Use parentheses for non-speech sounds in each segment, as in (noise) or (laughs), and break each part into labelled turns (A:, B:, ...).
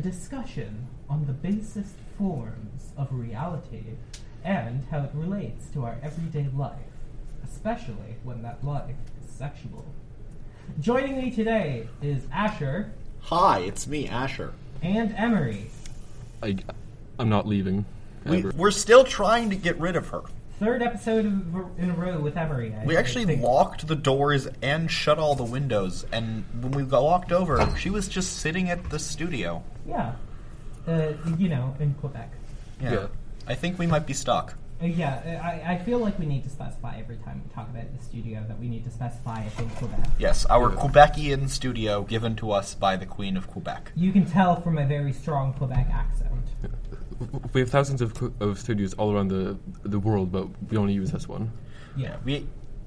A: discussion on the basest forms of reality and how it relates to our everyday life, especially when that life is sexual. Joining me today is Asher
B: Hi, it's me, Asher.
A: and Emery.
C: I, I'm not leaving.
B: We,
C: ever.
B: we're still trying to get rid of her.
A: Third episode of- in a row with Emery. I
B: We actually
A: think.
B: locked the doors and shut all the windows, and when we go- walked over, she was just sitting at the studio.
A: Yeah. Uh, you know, in Quebec.
B: Yeah.
C: Yeah.
B: I think we might be stuck.
A: Uh, yeah, I, I feel like we need to specify every time we talk about the studio that we need to specify it's in Quebec.
B: Yes, our
C: Yeah.
B: Quebecian studio given to us by the Queen of Quebec.
A: You can tell from a very strong Quebec accent.
C: we have thousands of, cl- of studios all around the the world, but we only use this one.
A: Yeah.
B: We,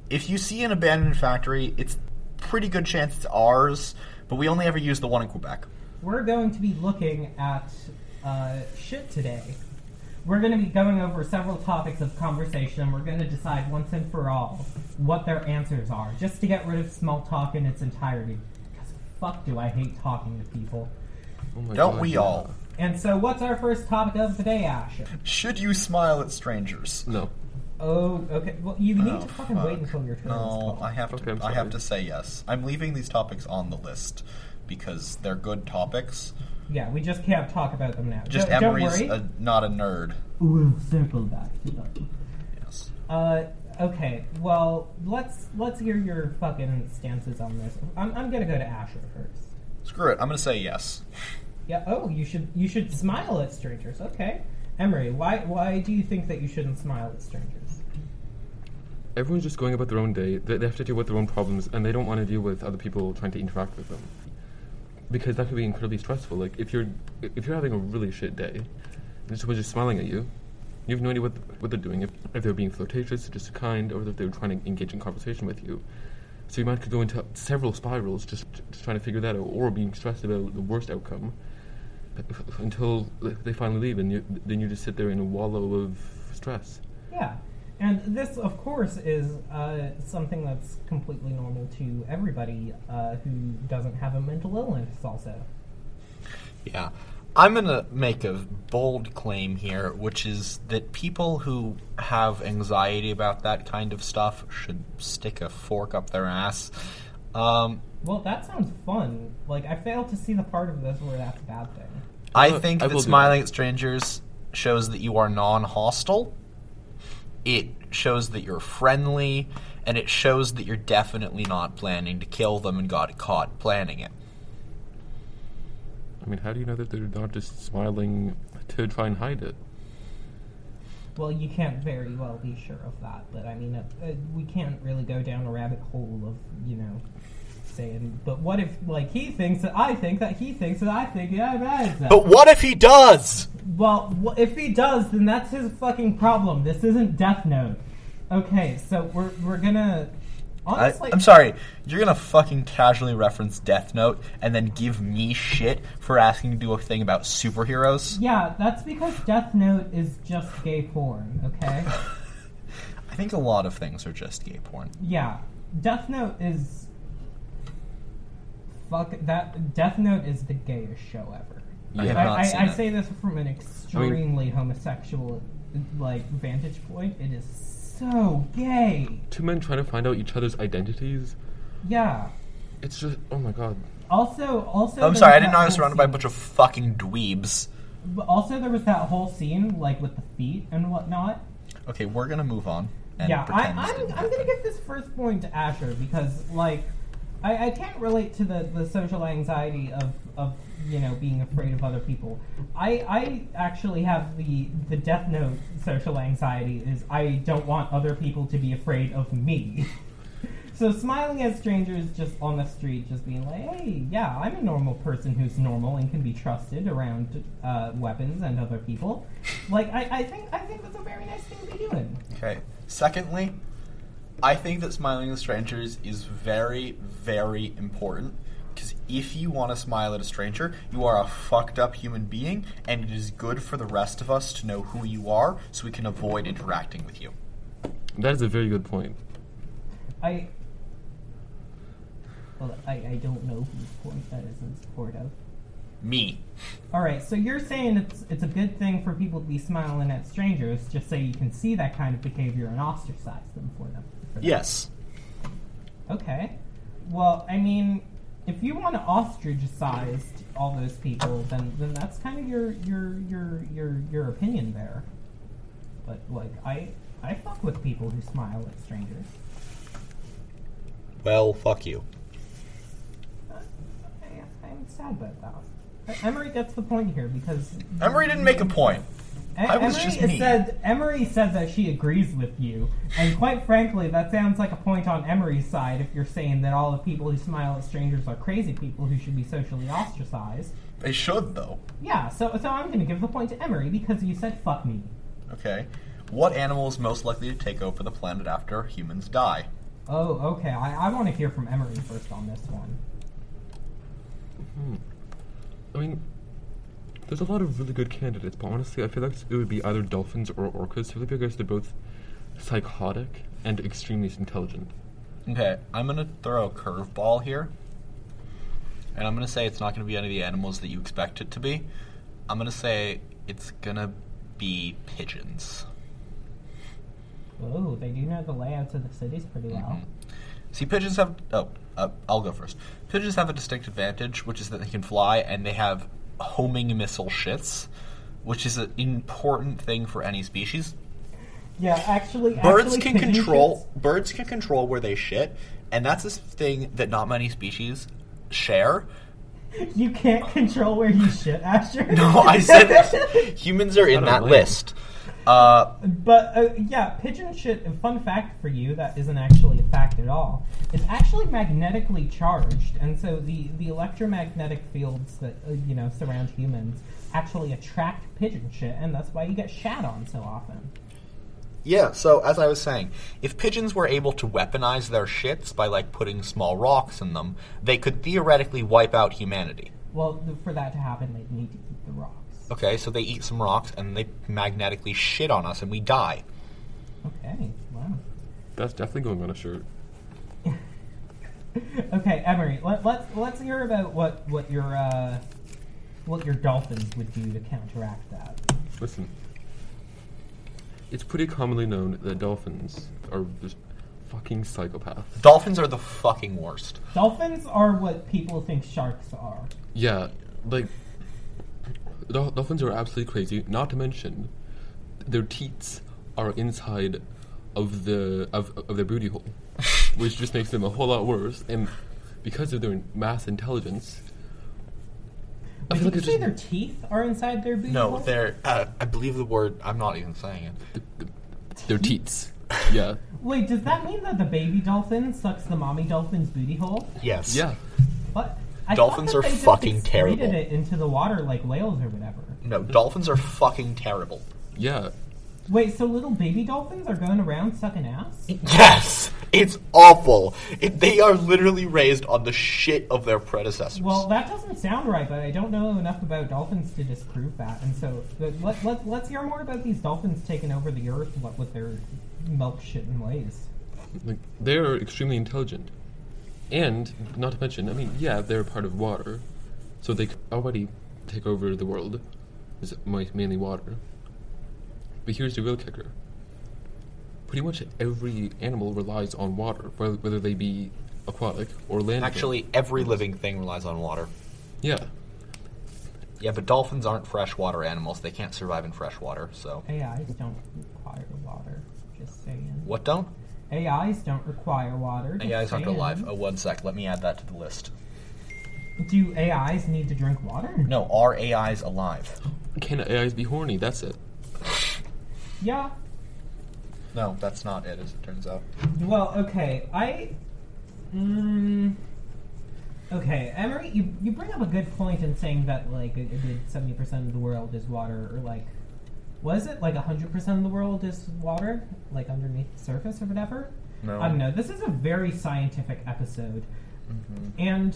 B: if you see an abandoned factory, it's pretty good chance it's ours, but we only ever use the one in Quebec.
A: We're going to be looking at uh, shit today. We're going to be going over several topics of conversation and we're going to decide once and for all what their answers are, just to get rid of small talk in its entirety. Because fuck do I hate talking to people.
C: Oh my
B: Don't
C: God,
B: we
C: yeah.
B: all?
A: And so, what's our first topic of the day, Asher?
B: Should you smile at strangers?
C: No.
A: Oh, okay. Well, you need
B: Oh,
A: to fucking wait
B: fuck.
A: until your turn. is
B: No,
A: called.
B: I have
C: Okay,
B: to.
C: I'm
B: I have
C: sorry.
B: to say yes. I'm leaving these topics on the list because they're good topics.
A: Yeah, we just can't talk about them now.
B: Just uh,
A: don't,
B: Emery's
A: don't worry.
B: a, not a nerd.
A: We'll circle back to them.
B: Yes.
A: Uh, okay. Well, let's let's hear your fucking stances on this. I'm, I'm gonna go to Asher first.
B: Screw it. I'm gonna say yes.
A: Yeah. Oh, you should you should smile at strangers. Okay. Emery, why why do you think that you shouldn't smile at strangers?
C: Everyone's just going about their own day. They, they have to deal with their own problems, and they don't want to deal with other people trying to interact with them, because that could be incredibly stressful. Like if you're if you're having a really shit day, and someone's just smiling at you, you have no idea what what they're doing. If, if they're being flirtatious, just kind, or if they're trying to engage in conversation with you. So you might could go into several spirals just, just trying to figure that out, or being stressed about the worst outcome, until they finally leave, and you, then you just sit there in a wallow of stress.
A: Yeah. And this, of course, is uh, something that's completely normal to everybody uh, who doesn't have a mental illness. Also,
B: Yeah. I'm going to make a bold claim here, which is that people who have anxiety about that kind of stuff should stick a fork up their ass. Um,
A: well, that sounds fun. Like I fail to see the part of this where that's a bad thing.
B: I
C: Uh,
B: think
C: I will
B: that
C: do
B: smiling
C: that.
B: at strangers shows that you are non hostile. It shows that you're friendly, and it shows that you're definitely not planning to kill them and got caught planning it.
C: I mean, how do you know that they're not just smiling to try and hide it?
A: Well, you can't very well be sure of that, but I mean, uh, uh, we can't really go down a rabbit hole of, you know, saying, but what if, like, he thinks that I think that he thinks that I think that I think that.
B: But what if he does?
A: Well, wh- if he does, then that's his fucking problem. This isn't Death Note. Okay, so we're, we're gonna.
B: I,
A: Honestly,
B: I'm sorry, you're gonna fucking casually reference Death Note and then give me shit for asking to do a thing about superheroes?
A: Yeah, that's because Death Note is just gay porn, okay?
B: I think a lot of things are just gay porn.
A: Yeah, Death Note is. Fuck that! Death Note is the gayest show ever.
C: I have
A: I,
B: not
A: I,
B: seen
A: I
B: it.
A: say this from an extremely homosexual, like vantage point. It is so gay.
C: Two men trying to find out each other's identities?
A: Yeah.
C: It's just, oh my god.
A: Also, also.
B: I'm
A: there
B: sorry, I
A: was that
B: didn't know I was
A: whole
B: surrounded by a
A: scene-
B: bunch of fucking dweebs.
A: but Also, there was that whole scene, like with the feet and whatnot.
B: Okay, we're gonna move on. And
A: yeah, I,
B: pretend this
A: I'm,
B: didn't
A: I'm gonna
B: happen.
A: give this first point to Asher because like I, I can't relate to the, the social anxiety of, of you know being afraid of other people. I, I actually have the the Death Note social anxiety is I don't want other people to be afraid of me. (laughs) so smiling at strangers just on the street, just being like, hey, yeah, I'm a normal person who's normal and can be trusted around uh, weapons and other people. Like I, I think I think that's a very nice thing to be doing.
B: Okay. Secondly, I think that smiling at strangers is very, very important because if you want to smile at a stranger, you are a fucked up human being, and it is good for the rest of us to know who you are so we can avoid interacting with you.
C: That is a very good point.
A: I. Well, I, I don't know whose point that is in support of.
B: Me.
A: All right, so you're saying it's it's a good thing for people to be smiling at strangers, just so you can see that kind of behavior and ostracize them for them. for that.
B: Yes.
A: Okay. Well, I mean, if you want to ostracize all those people, then then that's kind of your your your your your opinion there. But like, I I fuck with people who smile at strangers.
D: Well, fuck you.
A: I, I'm sad about that. E- Emery gets the point here because
B: Emery didn't make a point.
A: E-
B: I was
A: Emery
B: just me.
A: said Emery said that she agrees with you, and quite frankly, that sounds like a point on Emery's side. If you're saying that all the people who smile at strangers are crazy people who should be socially ostracized,
B: They should, though.
A: yeah. So so I'm going to give the point to Emery because you said fuck me.
B: Okay. What animal is most likely to take over the planet after humans die?
A: Oh, okay. I, I want to hear from Emery first on this one.
C: Hmm. I mean, there's a lot of really good candidates, but honestly, I feel like it would be either dolphins or orcas simply because they're both psychotic and extremely intelligent.
B: Okay, I'm gonna throw a curveball here. And I'm gonna say it's not gonna be any of the animals that you expect it to be. I'm gonna say it's gonna be pigeons.
A: Oh, they do know the layouts of the cities pretty well.
B: Mhm. See, pigeons have. Oh, uh, I'll go first. Pigeons have a distinct advantage, which is that they can fly and they have homing missile shits, which is an important thing for any species.
A: Yeah, actually,
D: Birds
A: actually,
D: can
A: pigeon
D: control birds can control where they shit, and that's a s- thing that not many species share.
A: shits- You can't control where you shit, Asher.
B: (laughs)
D: No, I said humans are in
C: Not
D: that
C: a link.
D: list. Uh,
A: (laughs) But uh, yeah, pigeon shit. a Fun fact for you that isn't actually a fact at all. It's actually magnetically charged, and so the the electromagnetic fields that uh, you know surround humans actually attract pigeon shit, and that's why you get shat on so often.
D: yeah,
B: So, as I was saying, if pigeons were able to weaponize their shits by like putting small rocks in them, they could theoretically wipe out humanity.
A: Well, th- for that to happen, they'd need to eat the rocks.
B: Okay, so they eat some rocks and they magnetically shit on us and we die.
A: Okay, wow.
C: That's definitely going on a shirt.
A: Okay, Emery, let, let's let's hear about what what your uh, what your dolphins would do to counteract that.
C: Listen, it's pretty commonly known that dolphins are just fucking psychopaths.
B: Dolphins are the fucking worst.
A: Dolphins are what people think sharks are.
C: Yeah, like dol- dolphins are absolutely crazy. Not to mention, their teats are inside of the of of their booty
A: (laughs)
C: hole, which just makes them a whole lot worse. And because of their mass intelligence, I
A: Did
C: feel
A: you
C: like it's
A: say their
C: just
A: teeth are inside their booty
B: No,
A: hole?
B: they're. Uh, I believe the word. I'm not even saying it.
C: their teats. Yeah,
A: Wait, does that mean that the baby dolphin sucks the mommy dolphin's booty hole?
D: yes,
C: yeah.
A: What? I thought
B: Dolphins
A: that
B: are
A: they just
B: fucking
A: excreted
B: terrible.
A: it into the water like whales or whatever.
B: No, dolphins are fucking terrible.
C: Yeah,
A: Wait, so little baby dolphins are going around sucking ass?
D: yes, it's awful. It, they are literally raised on the shit of their predecessors.
A: Well, that doesn't sound right, but I don't know enough about dolphins to disprove that. And so but let, let, let's hear more about these dolphins taking over the earth what with their milk shitting ways.
C: like they are extremely intelligent, and not to mention, I mean, yeah, they're part of water, so they could already take over the world. Is mi- mainly water. But here's the real kicker. Pretty much every animal relies on water, whe- whether they be aquatic or land.
B: Actually, every living thing relies on water.
C: yeah,
B: Yeah, but dolphins aren't freshwater animals. They can't survive in freshwater, so.
A: AIs don't require water, just saying.
B: What don't?
A: AIs don't require water. just
B: AIs aren't
A: saying.
B: alive. Oh, one sec. Let me add that to the list.
A: Do AIs need to drink water?
B: No, are AIs alive?
C: can AIs be horny? That's it.
A: Yeah.
B: No, that's not it, as it turns out.
A: Well, okay. I. Mm, okay, Emery, you, you bring up a good point in saying that, like, a, a good 70% of the world is water, or, like, was it like 100% of the world is water, like underneath the surface or whatever?
B: No.
A: I don't know. This is a very scientific episode.
B: Mm-hmm.
A: And,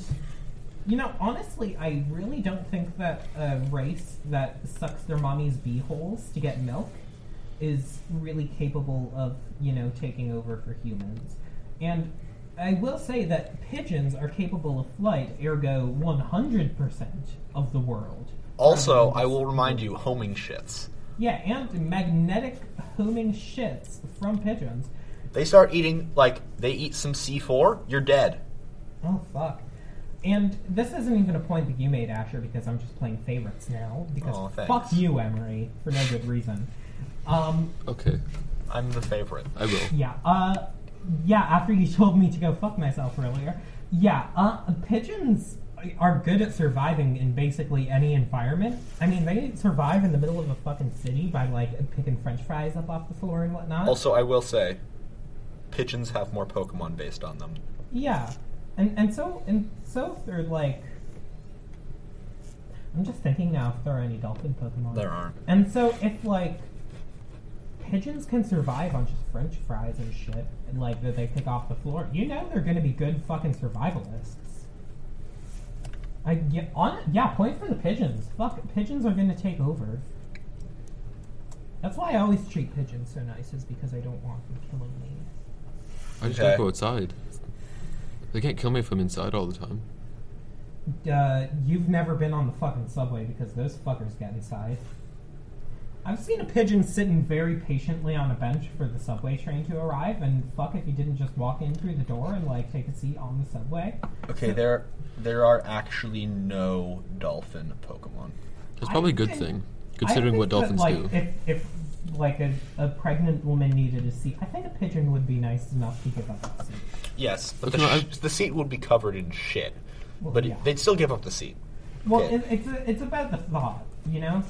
A: you know, honestly, I really don't think that a race that sucks their mommy's bee holes to get milk is really capable of, you know, taking over for humans. And I will say that pigeons are capable of flight, ergo 100% of the world. Um,
B: Also, I will remind you, homing shits.
A: Yeah, and magnetic homing shits from pigeons.
B: They start eating like they eat some C4, you're dead.
A: Oh, fuck. And this isn't even a point that you made, Asher, because I'm just playing favorites now. Because
B: Oh, thanks.
A: fuck you, Emery, for no good reason. Um,
C: Okay,
B: I'm the favorite.
C: I will.
A: Yeah. Uh, yeah. After you (laughs) told me to go fuck myself earlier. Yeah. Uh, pigeons are good at surviving in basically any environment. I mean, they survive in the middle of a fucking city by like picking French fries up off the floor and whatnot.
B: Also, I will say, pigeons have more Pokemon based on them.
A: Yeah, and and so and so they're like. I'm just thinking now if there are any dolphin Pokemon.
B: There aren't.
A: And so if like pigeons can survive on just French fries and shit, and, like that they pick off the floor, you know they're gonna be good fucking survivalists. I yeah, on yeah, point for the pigeons. Fuck, pigeons are gonna take over. That's why I always treat pigeons so nice, is because I don't want them killing me.
C: I just
B: Okay.
C: gotta go outside. They can't kill me if I'm inside all the time.
A: Uh, you've never been on the fucking subway because those fuckers get inside. I've seen a pigeon sitting very patiently on a bench for the subway train to arrive, and fuck if you didn't just walk in through the door and like take a seat on the subway.
B: Okay, there there are actually no dolphin Pokemon.
C: That's
A: I
C: probably a good
A: think-
C: thing,
A: I
C: considering
A: think
C: what dolphins
A: that, like,
C: do.
A: If, if like a, a pregnant woman needed a seat, I think a pigeon would be nice enough to give up a seat.
B: Yes, but
C: Okay,
B: the,
C: I-
B: sh- the seat would be covered in shit.
A: Well,
B: But
A: yeah.
B: it, they'd still give up the seat.
A: Well,
B: Okay.
A: it, it's it's about the thought, you know.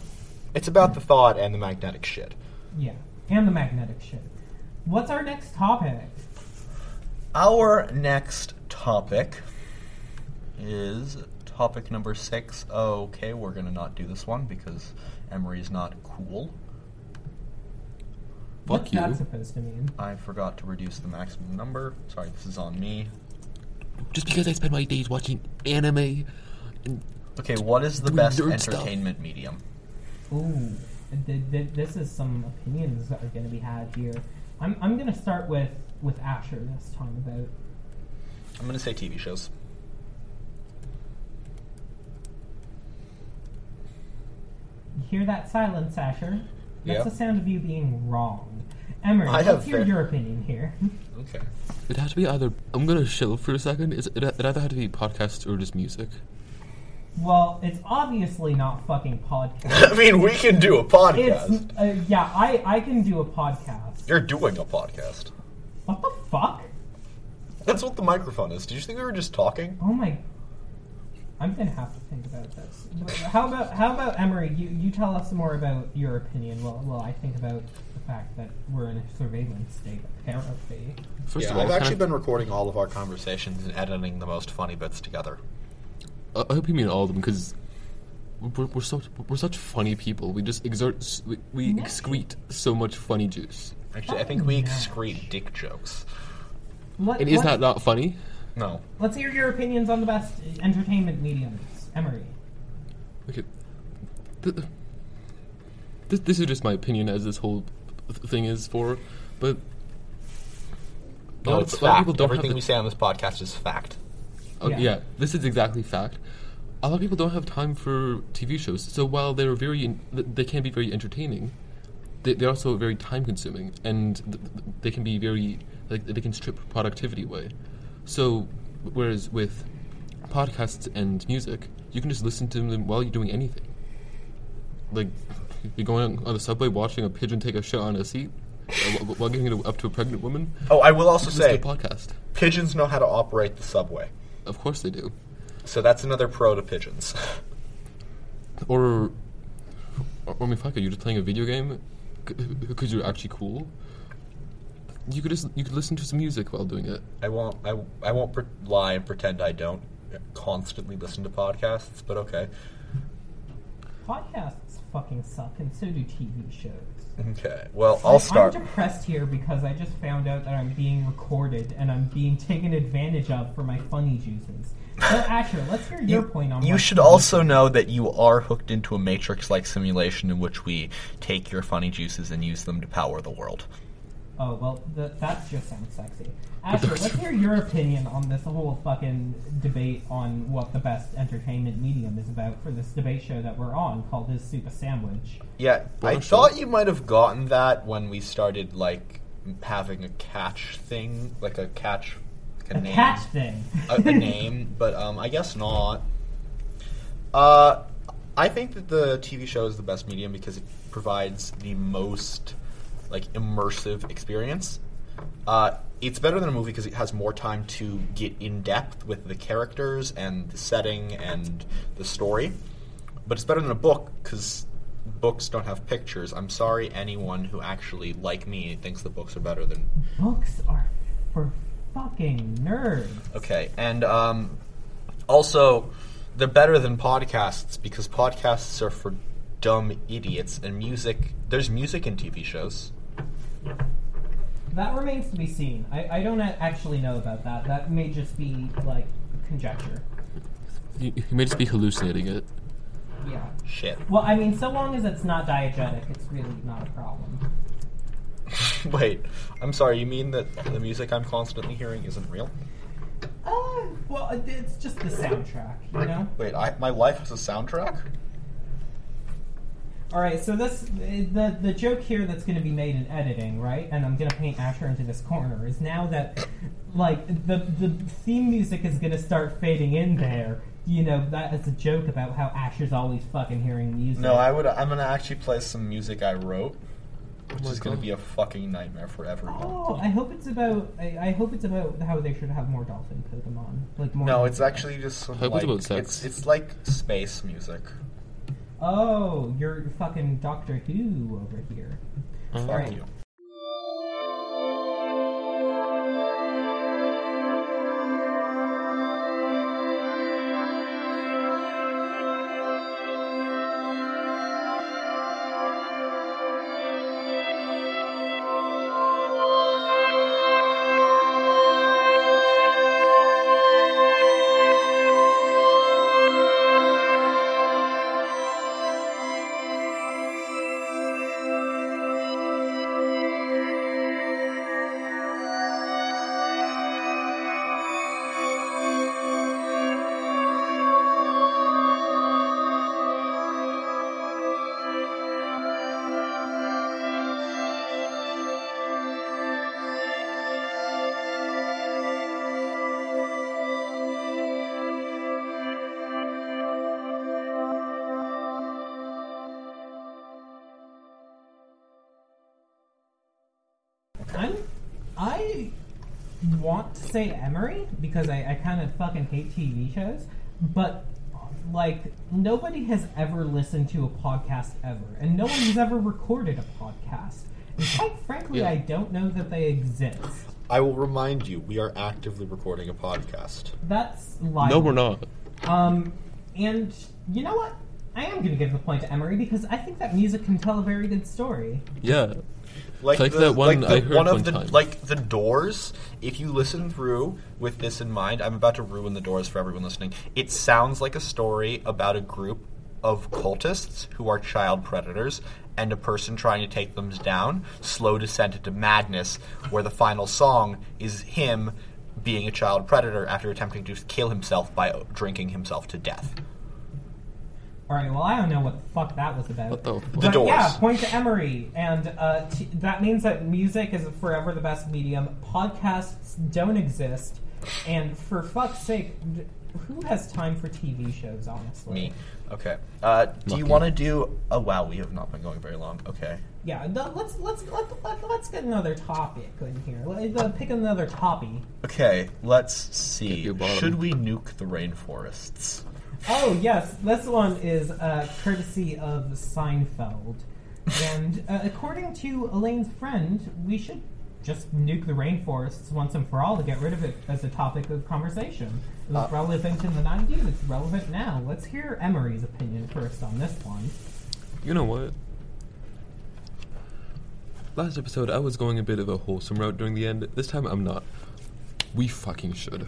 B: It's about the thought and the magnetic shit.
A: Yeah, and the magnetic shit. What's our next topic?
B: Our next topic is topic number six. Okay, we're gonna not do this one because Emery's not cool.
C: Fuck
A: What's
C: you.
A: that supposed to mean?
B: I forgot to reduce the maximum number. Sorry, this is on me.
C: Just because I spend my days watching anime, and
B: Okay, what is the
C: Doing
B: best
C: nerd stuff.
B: entertainment medium?
A: Ooh, th- th- this is some opinions that are going to be had here. I'm, I'm going to start with, with Asher this time about.
B: I'm gonna say TV shows.
A: You hear that silence, Asher? That's
B: Yep.
A: the sound of you being wrong. Emery,
B: I have
A: let's hear
B: fair-
A: your opinion here. (laughs)
B: Okay.
C: it has to be either. I'm gonna chill for a second. It's, it, it either had to be podcasts or just music.
A: well, it's obviously not fucking podcast.
B: (laughs) I mean, we can do a podcast.
A: It's uh, yeah, I, I can do a podcast.
B: You're doing a podcast.
A: What the fuck?
B: That's what the microphone is. Did you think we were just talking?
A: Oh my! I'm gonna have to think about this. How about how about Emery? You you tell us more about your opinion. Well, well, I think about the fact that we're in a surveillance state. Apparently,
C: First
B: yeah,
C: of all,
B: I've
C: can I-
B: actually been recording all of our conversations and editing the most funny bits together.
C: I I hope you mean all of them because we're, we're such we're such funny people. We just exert s- we, we
A: Yeah.
C: excrete so much funny juice.
B: Actually, I think
C: Oh,
B: we
A: Fucking
B: excrete dick jokes.
A: Let,
C: And is
A: let's-
C: that not funny?
B: No.
A: Let's hear your opinions on the best entertainment mediums, Emery.
C: Okay, Th- th- this this is just my opinion as this whole th- thing is for, but a
B: No,
C: lot of-
B: it's
C: a lot
B: fact.
C: of people don't have
B: Everything
C: the-
B: we say on this podcast is fact.
C: Oh,
A: Yeah.
C: yeah. this is exactly fact. A lot of people don't have time for TV shows, so while they're very, they can be very entertaining. They, they're also very time-consuming, and th- th- they can be very like they can strip productivity away. So, whereas with podcasts and music, you can just listen to them while you're doing anything. Like you're going on the subway, watching a pigeon take a shit on a seat, uh, wh- wh- while giving it up to a pregnant woman.
B: Oh, I will also
C: Listen
B: say,
C: to a podcast.
B: pigeons know how to operate the subway.
C: Of course they do.
B: So that's another pro to pigeons. (laughs)
C: Or, or I mean, fuck it, you're just playing a video game because you're actually cool. You could just you could listen to some music while doing it.
B: I won't. I, I won't pre- lie and pretend I don't constantly listen to podcasts. But okay.
A: Podcasts fucking suck, and so do TV shows.
B: Okay. Well, I'll start.
A: I'm depressed here because I just found out that I'm being recorded and I'm being taken advantage of for my funny juices. So Asher, let's hear your point on.
B: you
A: what-
B: should also know that you are hooked into a matrix like simulation in which we take your funny juices and use them to power the world.
A: Oh well, th- that just sounds sexy. Asher, let's hear your opinion on this whole fucking debate on what the best entertainment medium is about for this debate show that we're on called "Is Soup a Sandwich?"
B: Yeah, I
C: Bullshit.
B: thought you might have gotten that when we started like m- having a catch thing, like a catch, like
A: A
B: name,
A: catch thing.
B: a, a name, but um, I guess not. Uh, I think that the TV show is the best medium because it provides the most like immersive experience. Uh, it's better than a movie because it has more time to get in depth with the characters and the setting and the story. But it's better than a book because books don't have pictures. I'm sorry, anyone who actually, like me, thinks the books are better than
A: (laughs) Books are for fucking nerds.
B: Okay, and um, also they're better than podcasts because podcasts are for dumb idiots, and music. There's music in TV shows.
A: That remains to be seen. I, I don't a- actually know about that. That may just be like conjecture.
C: You, you may just be hallucinating it.
A: Yeah.
B: Shit.
A: Well, I mean, so long as it's not diegetic, it's really not a problem.
B: (laughs) Wait, I'm sorry. You mean that the music I'm constantly hearing isn't real?
A: Uh, well, it- it's just the soundtrack, you know.
B: Wait, I, my life is a soundtrack.
A: All right, so this the the joke here that's going to be made in editing, right? And I'm going to paint Asher into this corner is now that like the the theme music is going to start fading in there. You know, that is a joke about how Asher's always fucking hearing music.
B: No, I would. I'm gonna actually play some music I wrote, which
C: Oh my
B: is gonna
C: God.
B: be a fucking nightmare for everyone.
A: Oh, I hope it's about. I, I hope it's about how they should have more dolphin Pokemon. Like more.
B: No, it's actually just some,
C: Hope
B: like
C: it's about sex.
B: it's it's like space music.
A: Oh, you're fucking Doctor Who over here.
C: Uh,
A: All right.
B: you.
A: I'm. I want to say Emery because I, I kind of fucking hate TV shows, but like nobody has ever listened to a podcast ever, and no one has ever recorded a podcast. And quite frankly,
C: Yeah.
A: I don't know that they exist.
B: I will remind you, we are actively recording a podcast.
A: That's live.
C: no, we're not.
A: Um, and you know what? I am going to give the point to Emery because I think that music can tell a very good story.
C: Yeah.
B: like,
C: Like
B: the,
C: that one
B: like the
C: I heard
B: one of
C: one
B: the
C: time.
B: like the doors if you listen through with this in mind i'm about to ruin the doors for everyone listening it sounds like a story about a group of cultists who are child predators and a person trying to take them down slow descent into madness where the final song is him being a child predator after attempting to kill himself by drinking himself to death
A: All right. Well, I don't know what the fuck that was about.
C: What the fuck?
A: But
B: Doors.
A: yeah, point to Emery, and uh, t- that means that music is forever the best medium. Podcasts don't exist, and for fuck's sake, d- who has time for TV shows? Honestly,
B: me okay uh, do you
C: Lucky.
B: want to do oh wow we have not been going very long okay
A: Yeah, th- let's let's let, let, let's get another topic in here. Let, uh, pick another topic.
B: Okay, let's see.
C: your bottom.
B: Should we nuke the rainforests?
A: Oh yes, this one is uh, courtesy of Seinfeld, and uh, according to Elaine's friend, we should just nuke the rainforests once and for all to get rid of it as a topic of conversation. It was relevant in the '90s; it's relevant now. Let's hear Emery's opinion first on this one.
C: You know what? Last episode, I was going a bit of a wholesome route during the end. This time, I'm not. We fucking should.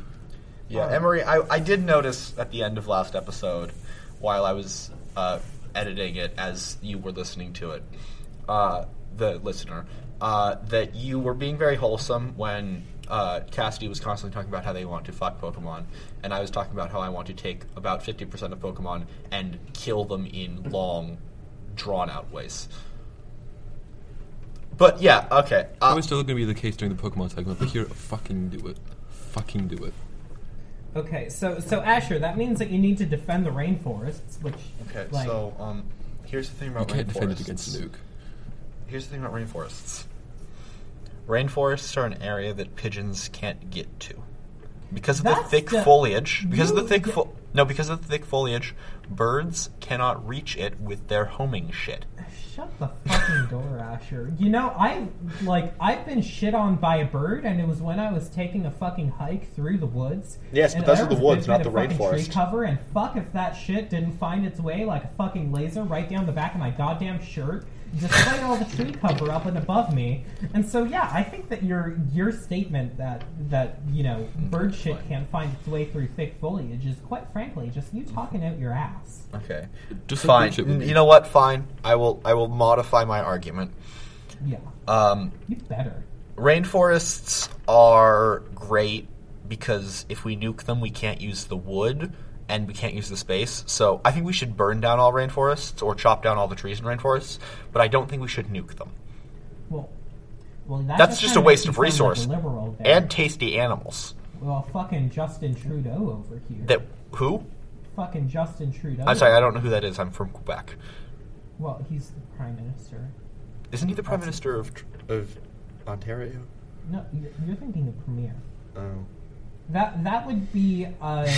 B: Yeah, Emery, I, I did notice at the end of last episode, while I was uh, editing it as you were listening to it, uh, the listener, uh, that you were being very wholesome when uh, Cassidy was constantly talking about how they want to fuck Pokemon, and I was talking about how I want to take about 50% of Pokemon and kill them in long, drawn out ways. But yeah, okay.
C: That
B: Uh,
C: was still going to be the case during the Pokemon segment, but here, fucking do it. Fucking do it.
A: Okay, so so Asher, that means that you need to defend the rainforests, which
B: okay,
A: like,
B: so um, here's the thing
C: You
B: about
C: can't defend it
B: rainforests.
C: against Nuke.
B: Here's the thing about rainforests. Rainforests are an area that pigeons can't get to because of
A: That's
B: the thick
A: the-
B: foliage. Because of the
A: you
B: thick
A: get-
B: fo- no, because of the thick foliage, birds cannot reach it with their homing shit.
A: Shut the fucking door, Asher. You know, I like I've been shit on by a bird, and it was when I was taking a fucking hike through the woods.
E: Yes, but
A: and
E: those
A: I
E: are the
A: was
E: woods,
A: bitching
E: not the
A: at fucking Tree
E: rainforest.
A: cover, and fuck if that shit didn't find its way like a fucking laser right down the back of my goddamn shirt, despite all the tree cover up and above me. And so, yeah, I think that your your statement that that you know bird shit can't find its way through thick foliage is quite frankly just you talking out your ass.
B: Okay,
C: Just like
B: fine.
C: bird shit would
B: N-
C: be.
B: you know what? Fine. I will. I will modify my argument.
A: Yeah,
B: Um,
A: you better.
B: rainforests are great because if we nuke them, we can't use the wood and we can't use the space. So I think we should burn down all rainforests or chop down all the trees in rainforests, but I don't think we should nuke them.
A: Well, well, that
B: That's just a
A: kinda
B: waste
A: makes
B: of
A: you sound like
B: resource.
A: a liberal there.
B: And tasty animals.
A: well, fucking Justin Trudeau over here.
B: That who?
A: fucking Justin Trudeau.
B: I'm sorry, I don't know who that is. I'm from Quebec.
A: Well, he's the prime minister.
B: Isn't he the prime minister of Tr- of Ontario?
A: No, you're, you're thinking the premier.
B: Oh. (laughs)
A: That that would be uh,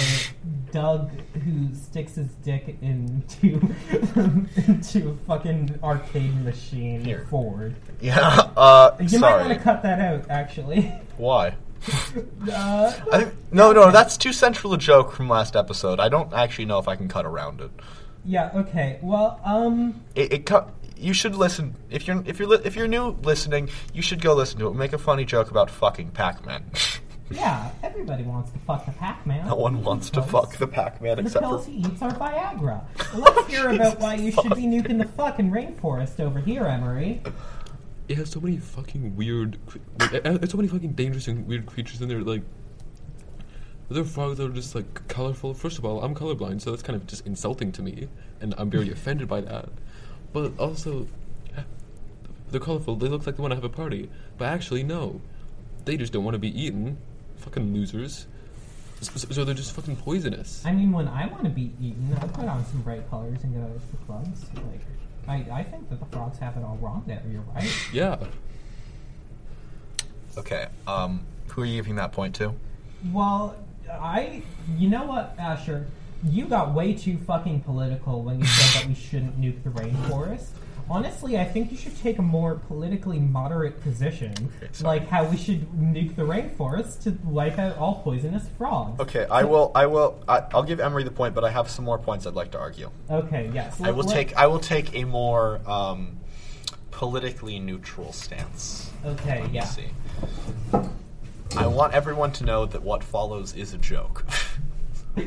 A: Doug who sticks his dick into (laughs) into a fucking arcade machine
B: Here.
A: forward.
B: Yeah. Uh,
A: You might
B: sorry.
A: want to cut that out, actually. (laughs)
B: Why? (laughs)
A: Uh,
B: I think, no, no, that's too central a joke from last episode. I don't actually know if I can cut around it.
A: yeah. Okay. Well. Um.
B: it, it co- you should listen if you're if you're li- if you're new listening you should go listen to it make a funny joke about fucking pac-man (laughs)
A: Yeah. Everybody wants to fuck the Pac-Man.
B: no one wants to
A: Because-
B: fuck the pac-man
A: The
B: except
A: pills
B: for
A: he eats are
B: (laughs)
A: Viagra. Let's
B: Oh,
A: hear about why you should be nuking the fucking rainforest over here, Emery.
C: It has so many fucking weird. cr- Like, it it has so many fucking dangerous and weird creatures in there. Like, there are frogs that are just like colorful. First of all, I'm colorblind, so that's kind of just insulting to me, and
A: (laughs)
C: I'm very offended by that. But also, they're colorful. They look like they want to have a party, but actually, no. They just don't want to be eaten. Fucking losers. So, so- so they're just fucking poisonous.
A: I mean, when I want to be eaten, I put on some bright colors and go out to the clubs. Like, I, I think that the frogs have it all wrong there. You're right.
C: Yeah.
B: okay um who are you giving that point to
A: Well, I. You know what, Asher? You got way too fucking political when you said that we shouldn't nuke the rainforest. Honestly, I think you should take a more politically moderate position, like how we should nuke the rainforest to wipe out all poisonous frogs.
B: okay i will i will I, i'll give emery the point but i have some more points i'd like to argue
A: Okay, yes.
B: i will
A: Let-
B: take i will take a more um politically neutral stance
A: Okay, yeah.
B: Let's see i want everyone to know that what follows is a joke
A: (laughs)
B: (laughs)
A: yeah,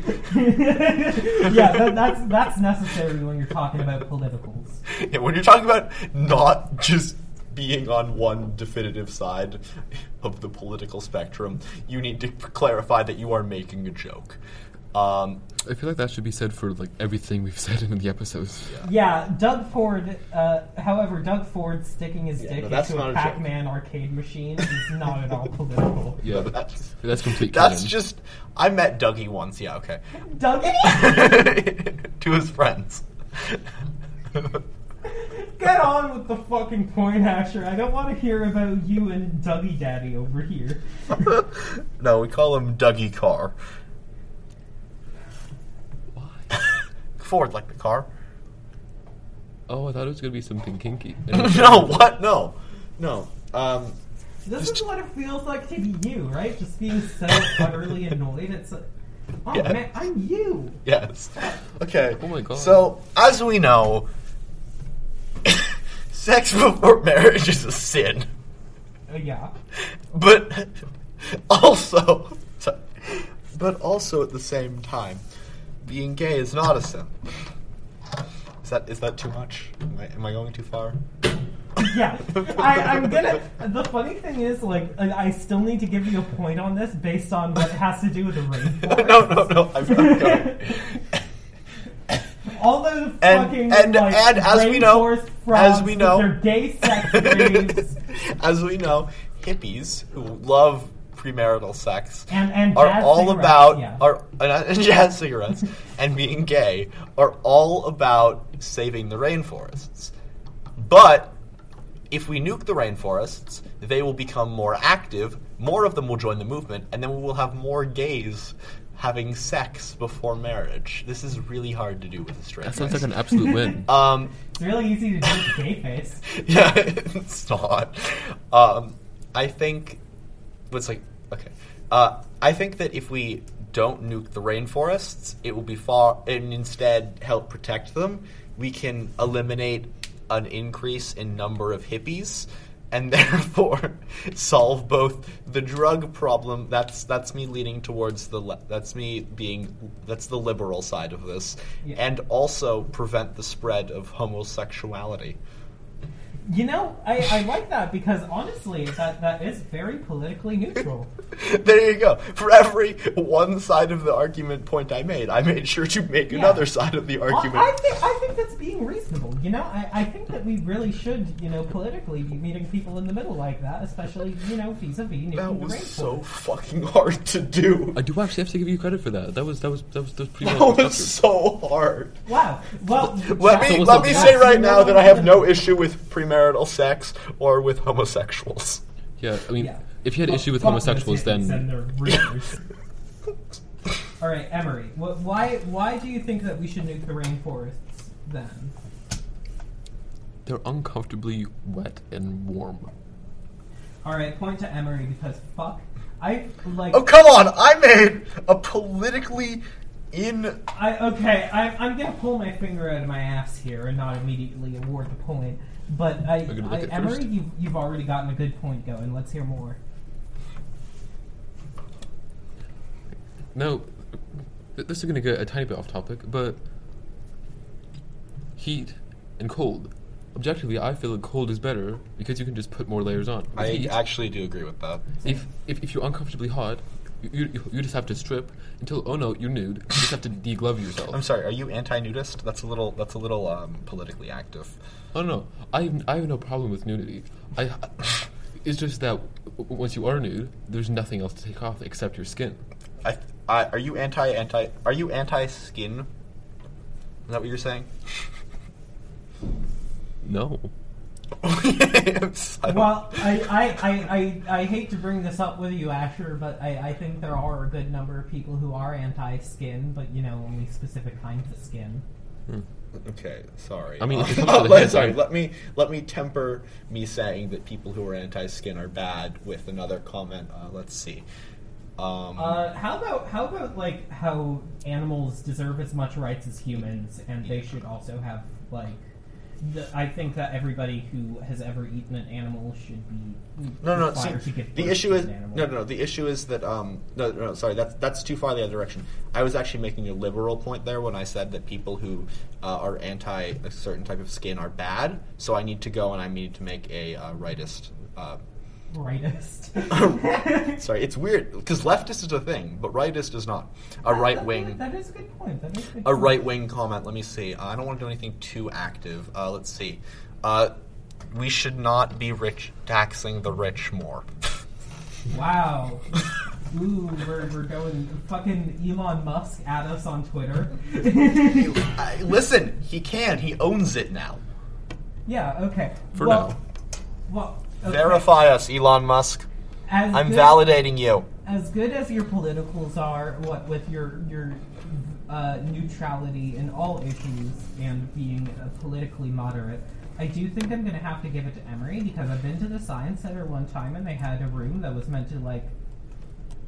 A: that, that's that's necessary when you're talking about politicals.
B: (laughs) Yeah, when you're talking about not just being on one definitive side of the political spectrum, you need to clarify that you are making a joke. Um,
C: I feel like that should be said for like everything we've said in the episodes.
A: Yeah, Doug Ford. Uh, however, Doug Ford sticking his
B: Yeah,
A: dick
B: no, that's
A: into
B: not
A: a
B: a joke.
A: Pac-Man arcade machine is not at
B: (laughs)
A: all political.
C: Yeah.
B: that's
C: That's complete.
B: that's
C: canon.
B: just. I met Dougie once. Yeah,
C: (laughs)
B: okay.
A: Doug, (laughs)
B: to his friends. (laughs)
A: get on with the fucking point, Asher. I don't want to hear about you and Dougie Daddy over here.
B: (laughs) no, we call him Dougie Carr.
C: Why?
B: (laughs) Ford like the car. (laughs)
C: Oh, I thought it was gonna be something
B: (laughs)
C: kinky.
B: no, what? No, no. Um,
A: This is what it feels like to be you, right? Just being so
B: (laughs)
A: utterly annoyed. It's like, oh
B: Yeah.
A: man, I'm you.
B: (laughs) Yes. Okay.
C: Oh my God.
B: So, as we know, (laughs) sex before (laughs) marriage is a sin.
A: Uh, yeah.
B: But (laughs) also, (laughs) but also at the same time, being gay is not a sin. Is that is that too much? Am I, am I going too far? (laughs)
A: yeah, I, I'm gonna. The funny thing is, like, I I still need to give you a point on this based on what has to do with the rainforest.
B: (laughs) no, no, no. I'm not going. (laughs)
A: All those
B: And-
A: fucking
B: and-
A: like,
B: and as we know-
A: rainforest frogs
B: as we
A: with
B: know-
A: their gay
B: (laughs)
A: sex raves
B: As we know, hippies who love premarital sex
A: and and
B: are
A: jazz
B: all
A: cigarettes,
B: about
A: yeah.
B: are and, and (laughs) jazz cigarettes and being gay are all about saving the rainforests. But if we nuke the rainforests, they will become more active. More of them will join the movement, and then we will have more gays having sex before marriage. This is really hard to do with a straight.
C: That sounds like
B: face.
C: an
B: (laughs)
C: absolute win.
B: um,
A: it's really easy to do with gay face.
B: (laughs) yeah, it's not. Um, I think it's like okay. Uh, I think that if we don't nuke the rainforests, it will be far, and instead help protect them. We can eliminate an increase in number of hippies, and (laughs) therefore solve both the drug problem. That's that's me leaning towards the le- that's me being that's the liberal side of this,
A: Yeah.
B: and also prevent the spread of homosexuality.
A: You know, I, I like that because honestly, that, that is very politically neutral.
B: there you go. For every one side of the argument point I made, I made sure to make
A: Yeah.
B: another side of the (laughs) argument.
A: I, I think I think that's being reasonable. You know, I, I think that we really should, you know, politically be meeting people in the middle like that, especially you know, vis-a-vis nuking the
B: that was
A: rainforest.
B: so fucking hard to do. (laughs)
C: I Uh, do actually have to give you credit for that. That was that was that was, that was pretty
B: That
C: well
B: was
C: constructed.
B: so hard.
A: Wow. Well,
B: (laughs) Let
A: that-
B: me
C: was
B: let
C: the
B: me
C: best.
B: say right now that I have no issue with premarital sex or with homosexuals.
C: Yeah, I mean,
A: Yeah.
C: if you had
A: Well,
C: issue with
A: fuck
C: homosexuals,
A: those hippies and
C: then
A: their rumors. (laughs) All right, Emery. What, why why do you think that we should nuke the rainforests then?
C: they're uncomfortably wet and warm.
A: All right, point to Emery because fuck, I like.
B: Oh come on! I made a politically in.
A: I okay. I, I'm gonna pull my finger out of my ass here and not immediately award the point. But I,
C: gonna
A: I
C: look at
A: Emery,
C: first.
A: you've, you've already gotten a good point going. Let's hear more.
C: Now, th- this is going to get a tiny bit off topic, but heat and cold. Objectively, I feel that cold is better because you can just put more layers on. With
F: I
C: heat,
F: actually do agree with that.
C: if, if if you're uncomfortably hot, you, you you just have to strip until oh no, you're nude. You just have to deglove yourself.
B: I'm sorry. Are you anti-nudist? That's a little. That's a little um, politically active.
C: Oh no, I have, I have no problem with nudity. I it's just that w- w- once you are nude, there's nothing else to take off except your skin.
B: I, I are you anti anti are you anti skin? Is that what you're saying? (laughs)
C: No.
A: Well, I, I, I, I, I hate to bring this up with you, Asher, but I, I think there are a good number of people who are anti-skin, but you know, only specific kinds of skin.
B: okay, sorry.
C: I mean, if it
B: (laughs)
C: comes to the
B: let,
C: head,
B: sorry.
C: I'm-
B: Let me let me temper me saying that people who are anti skin are bad with another comment. Uh, let's see. Um,
A: Uh, how about how about like how animals deserve as much rights as humans, and they should also have like. The, I think that everybody who has ever eaten an animal should be
B: no, no. See,
A: required to give
B: the
A: birth
B: issue
A: to
B: is
A: an
B: no,
A: animal.
B: no, no. The issue is that um, no, no. no, Sorry, that's that's too far the other direction. I was actually making a liberal point there when I said that people who uh, are anti a certain type of skin are bad. So I need to go and I need to make a uh, rightist.
A: (laughs)
B: Uh,
A: Brightest.
B: sorry, it's weird because leftist is a thing, but rightist is not. A right
A: (laughs)
B: wing.
A: That is a good point. That is a good
B: a
A: point.
B: right wing comment. Let me see. uh, I don't want to do anything too active. Uh, let's see. Uh, we should not be rich taxing the rich more.
A: Wow. Ooh, we're, we're going fucking Elon Musk at us on Twitter. (laughs)
B: I, listen, he can. He owns it now.
A: yeah, okay.
C: For
A: well,
C: now.
A: Well, okay.
B: Verify us, Elon Musk.
A: As
B: I'm
A: good,
B: validating you.
A: As good as your politicals are, what with your your uh, neutrality in all issues and being uh, politically moderate, I do think I'm going to have to give it to Emory because I've been to the science center one time and they had a room that was meant to like.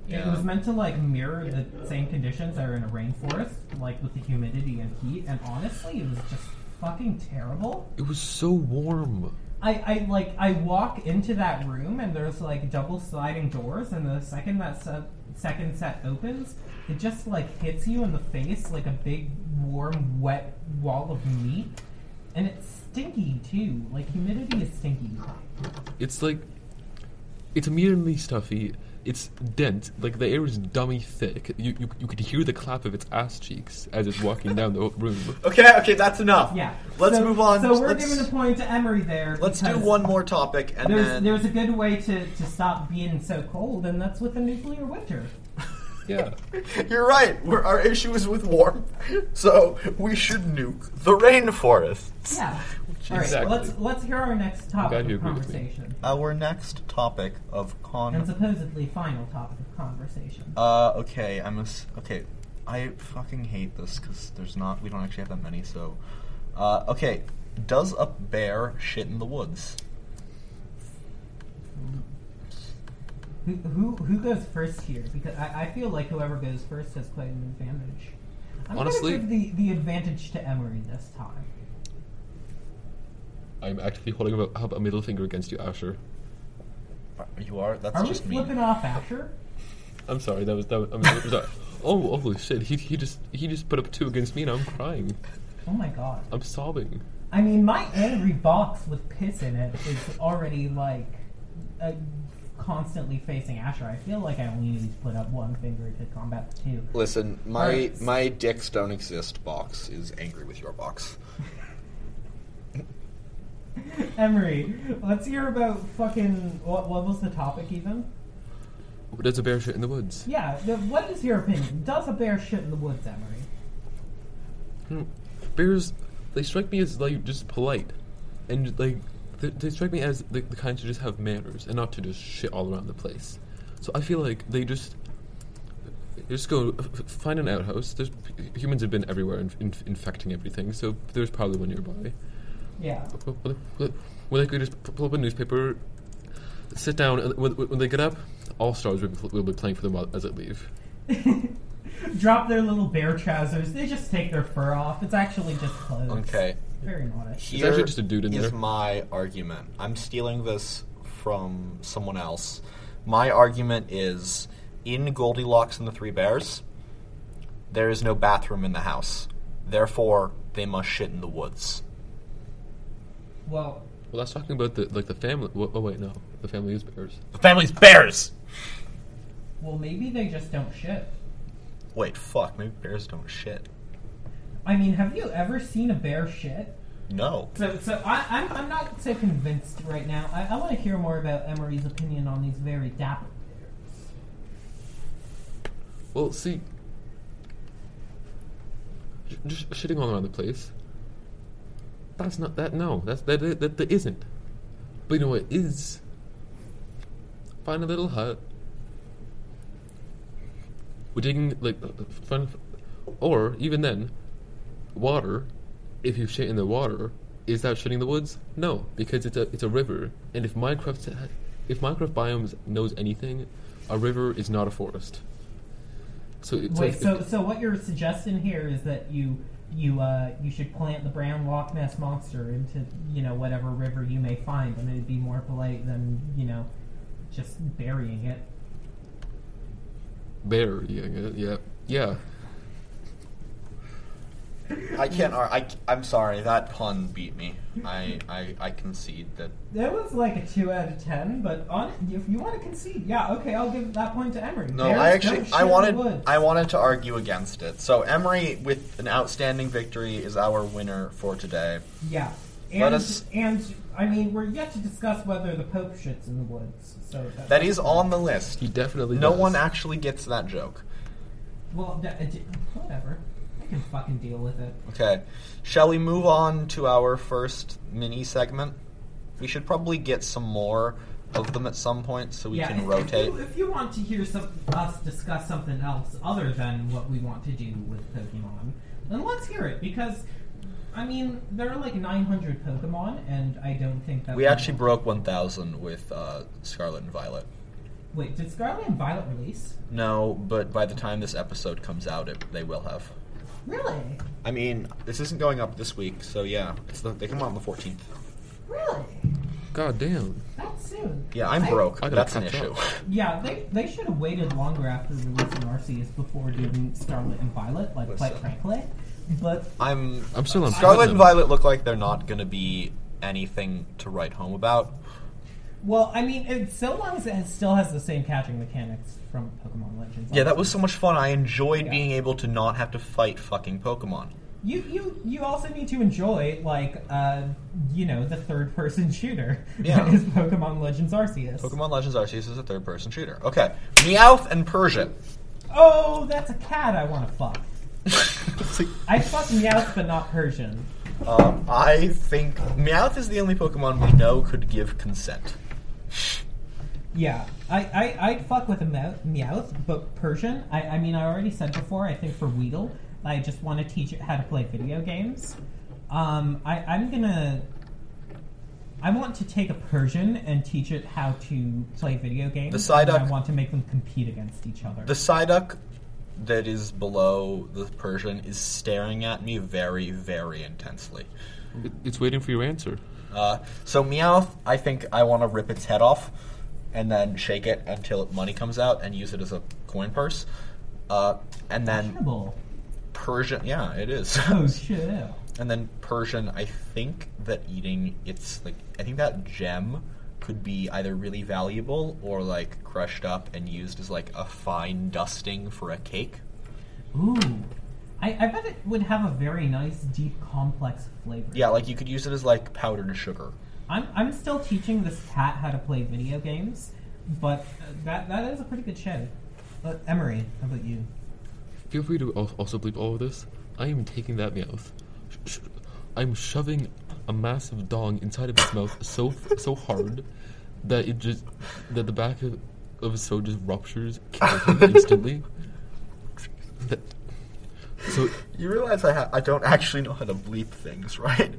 A: It
B: Yeah.
A: was meant to like mirror the same conditions that are in a rainforest, like with the humidity and heat. And honestly, it was just fucking terrible.
C: It was so warm.
A: I, I like I walk into that room and there's like double sliding doors and the second that se- second set opens, it just like hits you in the face like a big warm wet wall of meat. and it's stinky too. Like humidity is stinky.
C: It's like it's immediately stuffy. It's dense, like the air is dummy thick. You, you you could hear the clap of its ass cheeks as it's walking down the room.
B: Okay, okay, that's enough.
A: Yeah.
B: Let's
A: So-
B: move on.
A: So we're
B: let's,
A: giving a point to Emery there.
B: let's do
A: because
B: one more topic and
A: There's
B: then
A: there's a good way to, to stop being so cold, and that's with a nuclear winter.
C: (laughs) Yeah.
B: (laughs) You're right. We're, our issue is with warmth, so we should nuke the rainforests.
C: (laughs)
A: Yeah. All right.
C: Exactly.
A: Let's let's hear our next
C: glad
A: topic
C: you
A: of
C: agree with me.
A: conversation,
E: Our next topic of
A: and
E: con.
A: supposedly final topic of conversation.
E: Uh, okay, I'm a s- okay. I fucking hate this because there's not. We don't actually have that many. So, uh, okay. Does a bear shit in the woods?
A: Who, who who goes first here? Because I, I feel like whoever goes first has quite an advantage. I'm
C: Honestly-
A: gonna give the, the advantage to Emery this time.
C: I'm actively holding up up a middle finger against you, Asher.
E: You are. That's
A: Are we
E: just me.
A: flipping off Asher?
C: I'm sorry, that was that was, I'm so- sorry. Oh, holy shit! He, he just he just put up two against me, and I'm crying.
A: Oh my god!
C: I'm sobbing.
A: I mean, my angry box with piss in it is already like uh, constantly facing Asher. I feel like I only need to put up one finger to combat the two.
B: Listen, my
A: Alright.
B: my dicks don't exist. Box is angry with your box.
A: Emery, let's hear about fucking what, what was the topic even?
C: Does a bear shit in the woods?
A: Yeah, the, what is your opinion? Does a bear shit in the woods, Emery?
C: Hmm. Bears, they strike me as like just polite, and like they, they strike me as the, the kind to just have manners and not to just shit all around the place. So I feel like they just they just go f- f- find an outhouse. There's, humans have been everywhere and inf- infecting everything, so there's probably one nearby.
A: Yeah.
C: Well, well, well, well, they could just p- pull up a newspaper, sit down, and when, when they get up, all stars will be, pl- will be playing for them while- as they leave.
A: drop their little bear trousers. They just take their fur off. It's actually just clothes.
B: Okay.
A: Very modest.
B: Here
C: actually just a dude in
B: is
C: there.
B: my argument. I'm stealing this from someone else. My argument is in Goldilocks and the Three Bears, there is no bathroom in the house. Therefore, they must shit in the woods.
A: Well,
C: Well, that's talking about the like the family. Well, oh wait, no, the family is bears.
B: The family's bears.
A: well, maybe they just don't shit.
B: Wait, fuck. Maybe bears don't shit.
A: I mean, have you ever seen a bear shit?
B: No.
A: So, so I, I'm, I'm not so convinced right now. I, I want to hear more about Emery's opinion on these very dapper bears.
C: Well, see, j- just shitting all around the place. That's not that. No, that's that. That, that, that isn't. But you know what is? Find a little hut. We're digging like uh, uh, fun, or even then, water. If you shit in the water, is that shitting in the woods? No, because it's a it's a river, and if Minecraft uh, if Minecraft biomes knows anything, a river is not a forest. So, it-
A: Wait,
C: it-
A: so, so what you're suggesting here is that you you uh, you should plant the brown Loch Ness monster into you know whatever river you may find, and it'd be more polite than you know just burying it.
C: Bear, yeah, yeah, yeah.
E: I can't. ar- I, I'm sorry. That pun beat me. I, I, I concede that.
A: That was like a two out of ten, but on if you want to concede, yeah, okay, I'll give that point to Emery.
E: No,
A: Bears
E: I
A: don't
E: actually.
A: shit
E: I
A: in the
E: wanted.
A: woods.
E: I wanted to argue against it. So Emery, with an outstanding victory, is our winner for today.
A: yeah, and,
E: Let us-
A: and I mean we're yet to discuss whether the Pope shits in the woods. So that,
E: That is on the list.
C: He definitely.
E: No
C: does.
E: one actually gets that joke.
A: well, that, it- whatever. I can fucking deal with it.
E: Okay. Shall we move on to our first mini segment? We should probably get some more of them at some point so we
A: if-
E: can rotate.
A: If you, if you want to hear some, us discuss something else other than what we want to do with Pokemon, then let's hear it because. I mean, there are like 900 Pokemon, and I don't think that
E: We actually broke 1,000 with uh, Scarlet and Violet.
A: Wait, did Scarlet and Violet release?
E: No, but by the time this episode comes out, it, they will have.
A: Really?
E: I mean, this isn't going up this week, so yeah, it's the, they come out on the 14th.
A: Really?
C: God damn.
A: That soon?
E: Yeah, I'm
A: I-
E: broke.
C: I gotta
E: That's an
C: catch
E: issue.
C: up.
A: Yeah, they, they should have waited longer after releasing Arceus before doing Scarlet and Violet, like quite
E: Listen.
A: frankly. But
B: (laughs) I'm.
C: I'm still on
B: Scarlet
C: Platinum.
B: and Violet look like they're not going to be anything to write home about.
A: well, I mean, it, so long as it has, still has the same catching mechanics from Pokemon Legends.
B: Yeah, that was so much fun. I enjoyed
A: Yeah.
B: being able to not have to fight fucking Pokemon.
A: You you you also need to enjoy like uh you know the third person (laughs) shooter
B: Yeah.
A: that is Pokemon Legends Arceus.
B: Pokemon Legends Arceus is a third-person shooter. Okay, Meowth and Persia.
A: Oh, that's a cat I want to fuck.
B: It's like,
A: I fuck Meowth, but not Persian.
B: um, I think Meowth is the only Pokemon we know could give consent.
A: Yeah, I I I'd fuck with a Meow- Meowth, but Persian. I I mean I already said before. I think for Weedle, I just want to teach it how to play video games. Um, I I'm gonna. I want to take a Persian and teach it how to play video games.
B: The Psyduck-
A: and I want to make them compete against each other.
B: The Psyduck that is below the Persian is staring at me very, very intensely.
C: It, it's waiting for your answer.
B: Uh, so Meowth, I think I want to rip its head off and then shake it until money comes out and use it as a coin purse. Uh, and then
A: Terrible.
B: Persian, yeah, it is. (laughs)
A: Oh shit.
B: and then Persian, I think that eating its like, I think that gem could be either really valuable or like crushed up and used as like a fine dusting for a cake.
A: Ooh. I, I bet it would have a very nice, deep, complex flavor.
B: Yeah, like you could use it as like powdered sugar.
A: I'm, I'm still teaching this cat how to play video games, but uh, that that is a pretty good show. Uh, Emery, how about you?
C: Feel free to al- also bleep all of this. I am taking that mouth. Sh- sh- I'm shoving a massive dong inside of his mouth so so hard that it just that the back of, of his throat just ruptures kills (laughs) him instantly. That, so
B: You realize I ha- I don't actually know how to bleep things, (laughs) right?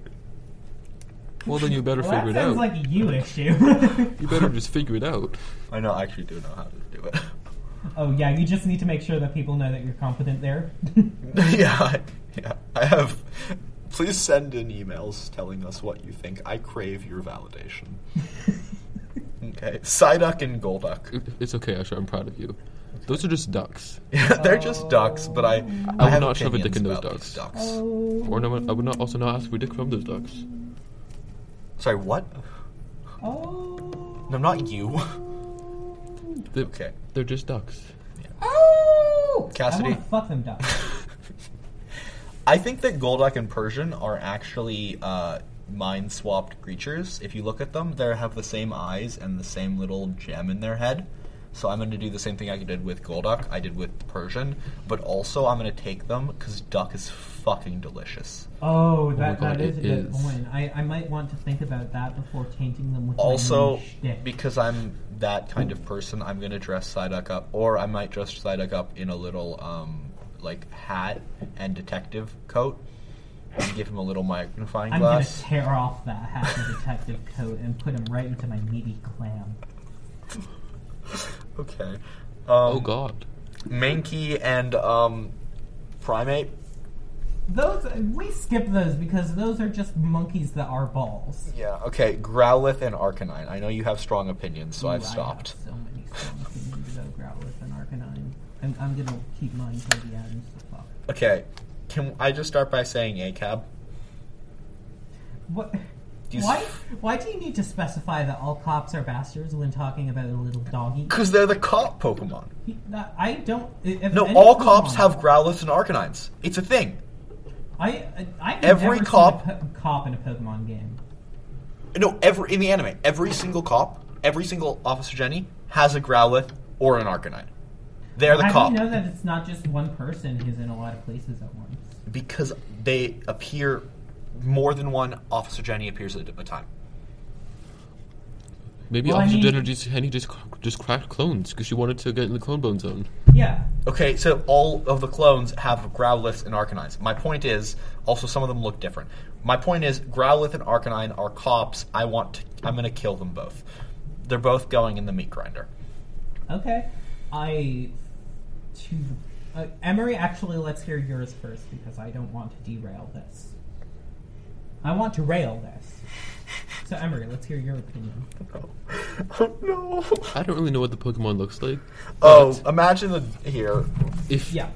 C: well, then you better
A: Well,
C: figure
A: that
C: it
A: sounds
C: out.
A: like a you issue. (laughs)
C: you better just figure it out.
B: I know I actually do know how to do it. (laughs)
A: oh yeah, you just need to make sure that people know that you're competent there. (laughs)
B: yeah, I, yeah. I have. Please send in emails telling us what you think. I crave your
C: (laughs)
B: validation. okay, Psyduck and Golduck.
C: It, it's okay, Asher. I'm proud of you. Those are just ducks.
B: (laughs) Yeah, They're just ducks, but I
C: I would
B: have
C: not shove a
B: opinions
C: dick in those
B: about
C: ducks.
B: these ducks.
A: oh,
C: Or no, I would not also not ask for dick from those ducks.
B: Sorry, what?
A: oh,
B: No, not you.
C: They,
B: okay,
C: They're just ducks.
A: oh! I
B: Cassidy.
A: want to fuck them ducks.
B: I think that Golduck and Persian are actually uh, mind swapped creatures. If you look at them, they have the same eyes and the same little gem in their head. So I'm going to do the same thing I did with Golduck, I did with Persian, but also I'm going to take them because duck is fucking delicious.
A: Oh, that,
C: God,
A: that is a
C: it
A: good
C: is.
A: point. I, I might want to think about that before tainting them with my
B: Also,
A: own shtick.
B: because I'm that kind of person, I'm going to dress Psyduck up, or I might dress Psyduck up in a little um, like hat and detective coat and give him a little magnifying
A: I'm gonna
B: glass.
A: tear off that half of detective coat and put him right into my meaty clam.
B: Okay. Um,
C: Oh God.
B: Mankey and um, Primate.
A: Those we skip those because those are just monkeys that are balls.
B: Yeah. Okay. Growlithe and Arcanine. I know you have strong opinions, so
A: Ooh, I
B: I've
A: have
B: stopped.
A: so many songs that need to go Growlithe and Arcanine. I'm, I'm gonna keep mine till the end. So fuck.
B: Okay. Can I just start by saying ACAB?
A: What?
B: These-
A: Why? Why do you need to specify that all cops are bastards when talking about a little doggy?
B: Because they're the cop Pokemon.
A: He- that- I don't. e, if
B: No,
A: any
B: all cops
A: Pokemon-
B: have Growlithe and Arcanines. It's a thing.
A: I, I I've
B: Every
A: never seen a
B: cop-
A: po- cop in a Pokemon game.
B: No, every in the anime, every single cop, every single Officer Jenny has a Growlithe or an Arcanine. They're the
A: How
B: cop
A: do you know that it's not just one person who's in a lot of places at once?
B: because they appear more than one Officer Jenny appears at a time.
C: Maybe
A: Well, I
C: Officer
A: mean-
C: Jenner just, Henny just cr- just cracked clones because she wanted to get in the clone bone zone.
A: Yeah.
B: Okay, so all of the clones have Growlithe and Arcanines. My point is, also some of them look different. My point is, Growlithe and Arcanine are cops. I want to, I'm going to kill them both. They're both going in the meat grinder.
A: Okay. I. To, uh, Emery, actually, let's hear yours first because I don't want to derail this. I want to rail this. So, Emery, let's hear your opinion.
B: Oh no!
C: I don't really know what the Pokemon looks like.
B: Oh, imagine the here.
C: If
A: Yeah.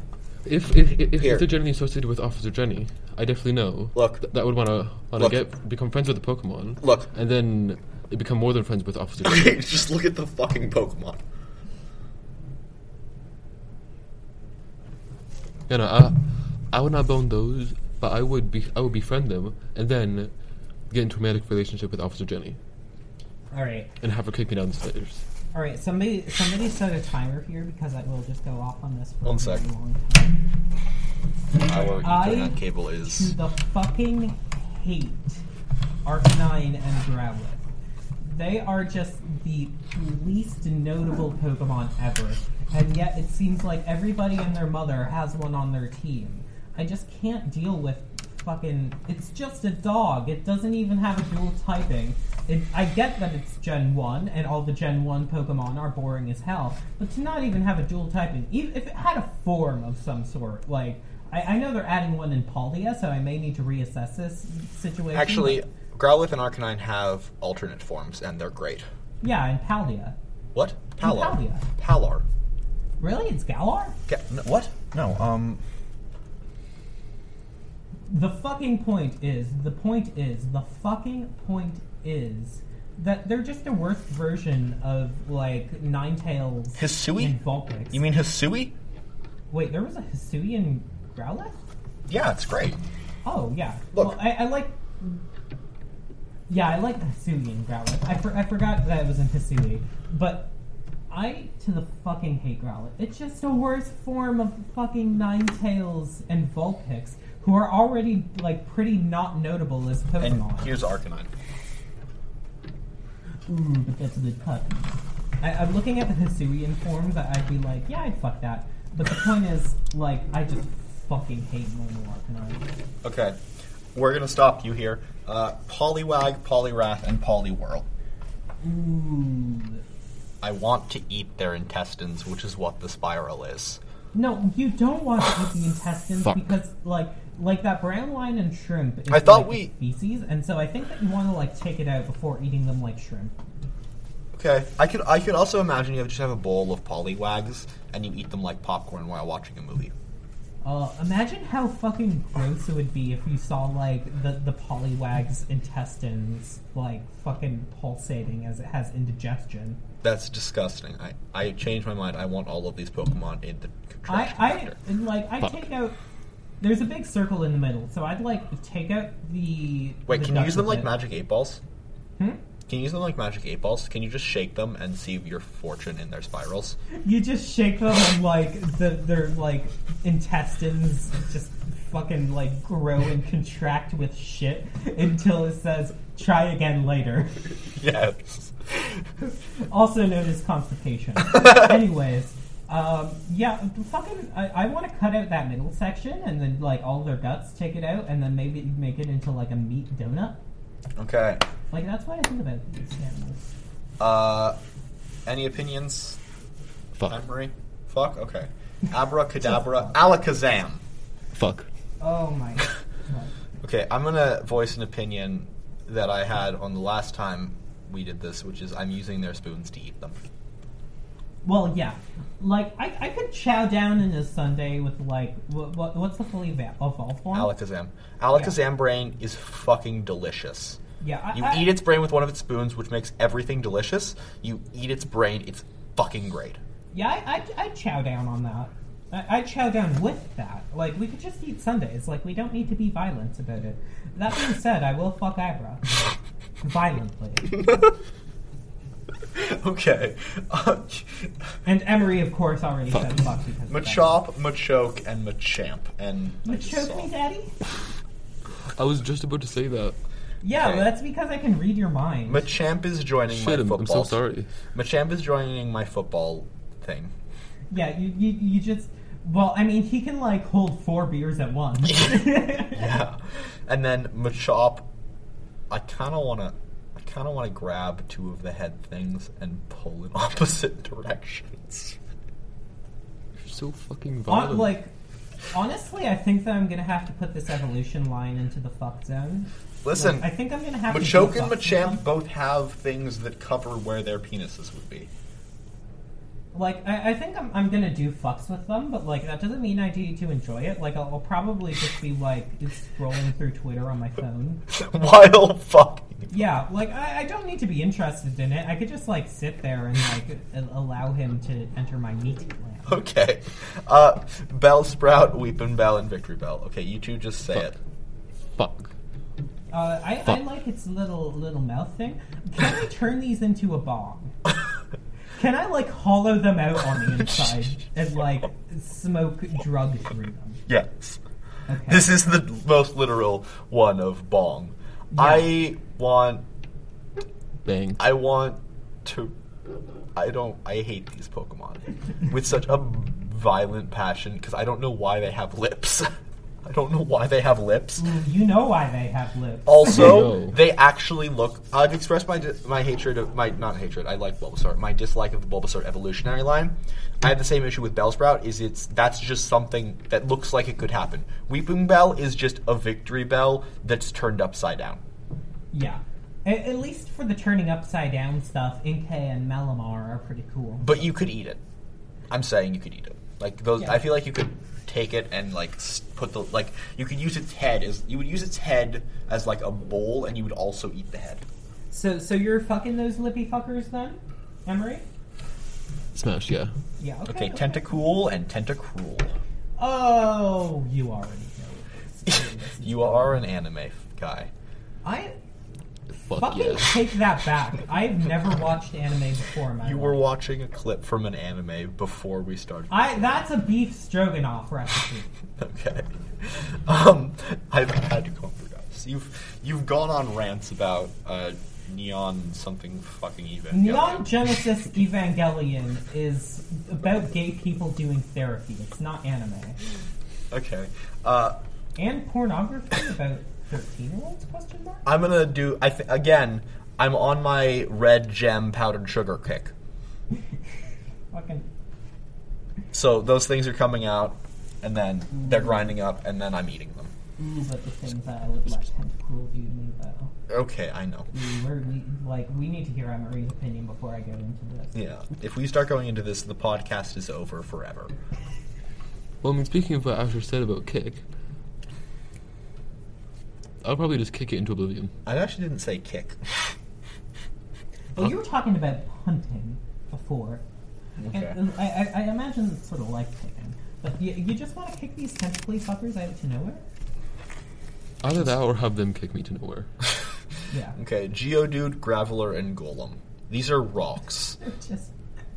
C: If if, if,
B: Here.
C: if they're generally associated with Officer Jenny, I definitely know.
B: Look.
C: th- that would want to want to
B: Look.
C: get become friends with the Pokemon.
B: Look.
C: and then they become more than friends with Officer
B: (laughs)
C: Jenny.
B: Okay, just look at the fucking Pokemon.
C: no, no, I, I would not bone those, but I would be I would befriend them and then get into a romantic relationship with Officer Jenny
A: All right.
C: and have her kick me down the stairs.
A: All right, somebody, somebody set a timer here because I will just go off on this for
B: One
A: a very
B: sec.
A: long time.
B: Our
A: I-
B: Ethernet cable
A: To
B: is.
A: the fucking hate Arcanine and Growlithe. They are just the least notable Pokemon ever, and yet it seems like everybody and their mother has one on their team. I just can't deal with fucking. It's just a dog. It doesn't even have a dual typing. It, I get that it's Gen 1 and all the Gen 1 Pokemon are boring as hell, but to not even have a dual typing, even if it had a form of some sort, like, I, I know they're adding one in Paldia, so I may need to reassess this situation.
B: Actually,
A: but-
B: Growlithe and Arcanine have alternate forms, and they're great.
A: yeah, in Paldia.
B: What? Palar.
A: Paldia.
B: Palar.
A: Really? It's Galar?
B: Ga- n- what?
E: No, um,
A: The fucking point is, the point is, the fucking point is that they're just a worse version of, like, Ninetales
B: Hisui?
A: and Vulpix.
B: You mean Hisui?
A: Wait, there was a Hisuian Growlithe?
B: Yeah, it's great.
A: Oh, yeah.
B: Look.
A: Well, I, I like. Yeah, I like the Hisuian Growlithe. I, for, I forgot that it was in Hisui. But I, to the fucking hate Growlithe. It's just a worse form of fucking Ninetales and Vulpix, who are already, like, pretty not notable as
B: And
A: Pokemon.
B: here's Arcanine.
A: Ooh, but that's a good cut. I, I'm looking at the Hisuian forms. I, I'd be like, yeah, I'd fuck that. But the point is, like, I just fucking hate normal Arcanine.
B: Okay, we're gonna stop you here. Uh, Poliwag, Poliwrath, and Poliwhirl.
A: Ooh.
B: I want to eat their intestines, which is what the spiral is.
A: No, you don't
B: (sighs)
A: want to eat the intestines
C: Fuck.
A: because, like, like that brown line and shrimp. Is,
B: I thought
A: like,
B: we-
A: feces, and so I think that you want to like take it out before eating them like shrimp.
B: Okay, I could I could also imagine you have just have a bowl of Poliwags and you eat them like popcorn while watching a movie.
A: Uh, imagine how fucking gross it would be if you saw like the the polywag's intestines like fucking pulsating as it has indigestion.
B: That's disgusting. I, I changed my mind. I want all of these Pokemon in the
A: I,
B: trash
A: I
B: compactor.
A: and, like I
C: Fuck.
A: take out. There's a big circle in the middle, so I'd like to take out the.
B: Wait,
A: the
B: can you use them like
A: ductile bit.
B: magic eight balls?
A: Hmm?
B: Can you use them like magic eight balls? Can you just shake them and see your fortune in their spirals?
A: You just shake them and like the, their like intestines just fucking like grow and contract with shit until it says try again later.
B: Yes.
A: also known as constipation. Anyways, um, yeah, fucking I, I want to cut out that middle section and then like all their guts, take it out, and then maybe make it into like a meat donut.
B: okay.
A: Like that's what I think about these animals.
B: Uh, any opinions?
C: Fuck,
B: Emery? Fuck? Okay. Abracadabra. Alakazam.
C: fuck.
A: Oh my. God.
B: Okay, I'm gonna voice an opinion that I had on the last time we did this, which is I'm using their spoons to eat them.
A: Well, yeah. Like, I, I could chow down in a Sunday with, like, what, what, what's the Oh, fully eva- evolved one?
B: Alakazam. Alakazam brain is fucking delicious.
A: Yeah. I, (laughs)
B: You
A: I-
B: eat its brain with one of its spoons, which makes everything delicious. You eat its brain, it's fucking great.
A: Yeah, I, I, I'd chow down on that. I, I'd chow down with that. Like, we could just eat Sundays. Like, we don't need to be violent about it. That being said, I will fuck
B: (laughs)
A: Abra. Violently.
B: (laughs) Okay.
A: And Emery, of course, already said fuck because of that.
B: Machop, Machoke, and Machamp. And I just
A: Machoke
B: saw-
A: me, daddy?
C: I was just about to say that.
A: Yeah,
B: Okay.
A: well, that's because I can read your mind.
B: Machamp is joining my
C: Shit, I'm,
B: football.
C: I'm so sorry.
B: Machamp is joining my football thing. (laughs)
A: yeah, you, you, you just. Well, I mean, he can, like, hold four beers at
B: (laughs)
A: once.
B: Yeah. And then Machop, I kind of want to. I kind of want to grab two of the head things and pull in (laughs) opposite directions.
C: You're so fucking
A: Hon-
C: violent.
A: like, honestly, I think that I'm gonna have to put this evolution line into the fuck zone.
B: Listen,
A: I think I'm gonna have
B: Machoke
A: to. do
B: and
A: a fuck zone.
B: (laughs) Machamp both have things that cover where their penises would be.
A: like I, I think I'm, I'm gonna do fucks with them, but like that doesn't mean I need to enjoy it. Like I'll, I'll probably just be like scrolling through Twitter on my phone.
E: While fucking.
A: Yeah, like I, I don't need to be interested in it. I could just like sit there and like a- allow him to enter my meat land.
B: (laughs) Okay. Uh, Bell Sprout, Weepin' Bell, and Victory Bell. Okay, you two just say it.
C: Fuck.
A: Uh, I, I
C: Fuck.
A: like its little little mouth thing. Can I turn these into a bomb? Can I like hollow them out on the inside and like smoke drug through them?
B: Yes.
A: Okay.
B: This is the most literal one of Bong. I want.
C: Bang.
B: I want to. I don't. I hate these Pokemon with such a violent passion because I don't know why they have lips. (laughs) I don't know why they have lips.
A: you know why they have lips.
B: Also,
C: No.
B: they actually look. I've expressed my di- my hatred of my not hatred. I like Bulbasaur. My dislike of the Bulbasaur evolutionary line. I have the same issue with Bellsprout. Is it's that's just something that looks like it could happen. Weeping Bell is just a victory bell that's turned upside down.
A: Yeah. A- at least for the turning upside down stuff, Inkay and Malamar are pretty cool.
B: But you could eat it. I'm saying you could eat it. Like those,
A: Yeah.
B: I feel like you could take it and like s- put the like you could use its head as you would use its head as like a bowl, and you would also eat the head.
A: So, so you're fucking those lippy fuckers then, Emery?
C: Smash, yeah.
A: Yeah. Okay.
B: Okay, Tentacool and Tentacruel.
A: Oh, you already know. this.
B: (laughs) You are an anime guy.
A: I
C: Fuck,
A: fucking
C: yeah.
A: take that back. I've never watched anime before in my
B: You
A: life.
B: were watching a clip from an anime before we started.
A: I that's a beef stroganoff recipe.
B: Okay. Um, I've had to compromise. You've you've gone on rants about uh, neon something fucking even.
A: Neon Genesis Evangelion is about gay people doing therapy. It's not anime.
B: Okay. Uh,
A: And pornography about thirteen year olds question mark?
B: I'm gonna do. I th- again. I'm on my red gem powdered sugar kick.
A: Fucking
B: So those things are coming out, and then they're grinding up, and then I'm eating them.
A: ooh, but the things that I would like tentacruel do to me though.
B: Okay, I know.
A: Ooh, we're, we like we need to hear Emery's opinion before I go into this.
B: Yeah. If we start going into this, the podcast is over forever.
C: Well, I mean, speaking of what Asher said about kick, I'll probably just kick it into oblivion.
B: I actually didn't say (laughs) kick.
A: Well, you were talking about punting before, and, and I, I, I imagine it's sort of like kicking, but you, you just want to kick these tentacly fuckers out to nowhere.
C: Either that or have them kick me to
B: (laughs)
C: nowhere.
A: Yeah,
B: (laughs) Okay, Geodude, Graveler, and Golem. These are (laughs) rocks.
A: just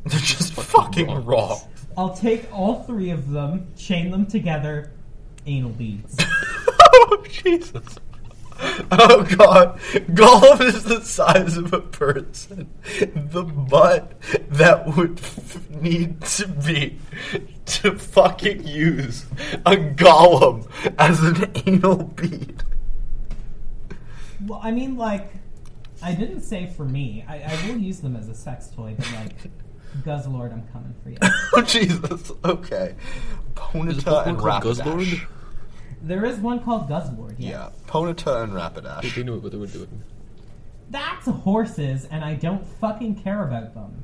B: They're just fucking
C: rocks.
B: rocks.
A: I'll take all three of them, chain them together, anal beads.
B: (laughs) oh, Jesus. Oh, God. Golem is the size of a person. The butt that would (laughs) f- need to be to fucking use a golem as an anal bead.
A: well, I mean, like, I didn't say for me. I, I will use them as a sex toy, but like, Guzzlord, I'm coming for you.
B: (laughs) Oh, Jesus. Okay. Ponyta
C: Pokemon
B: and
C: called
B: Rapidash.
C: Guzzlord?
A: There is one called Guzzlord. Yes.
B: Yeah, Ponyta and
C: They-
B: Rapidash.
C: They knew it, but they were doing it.
A: That's horses, and I don't fucking care about them.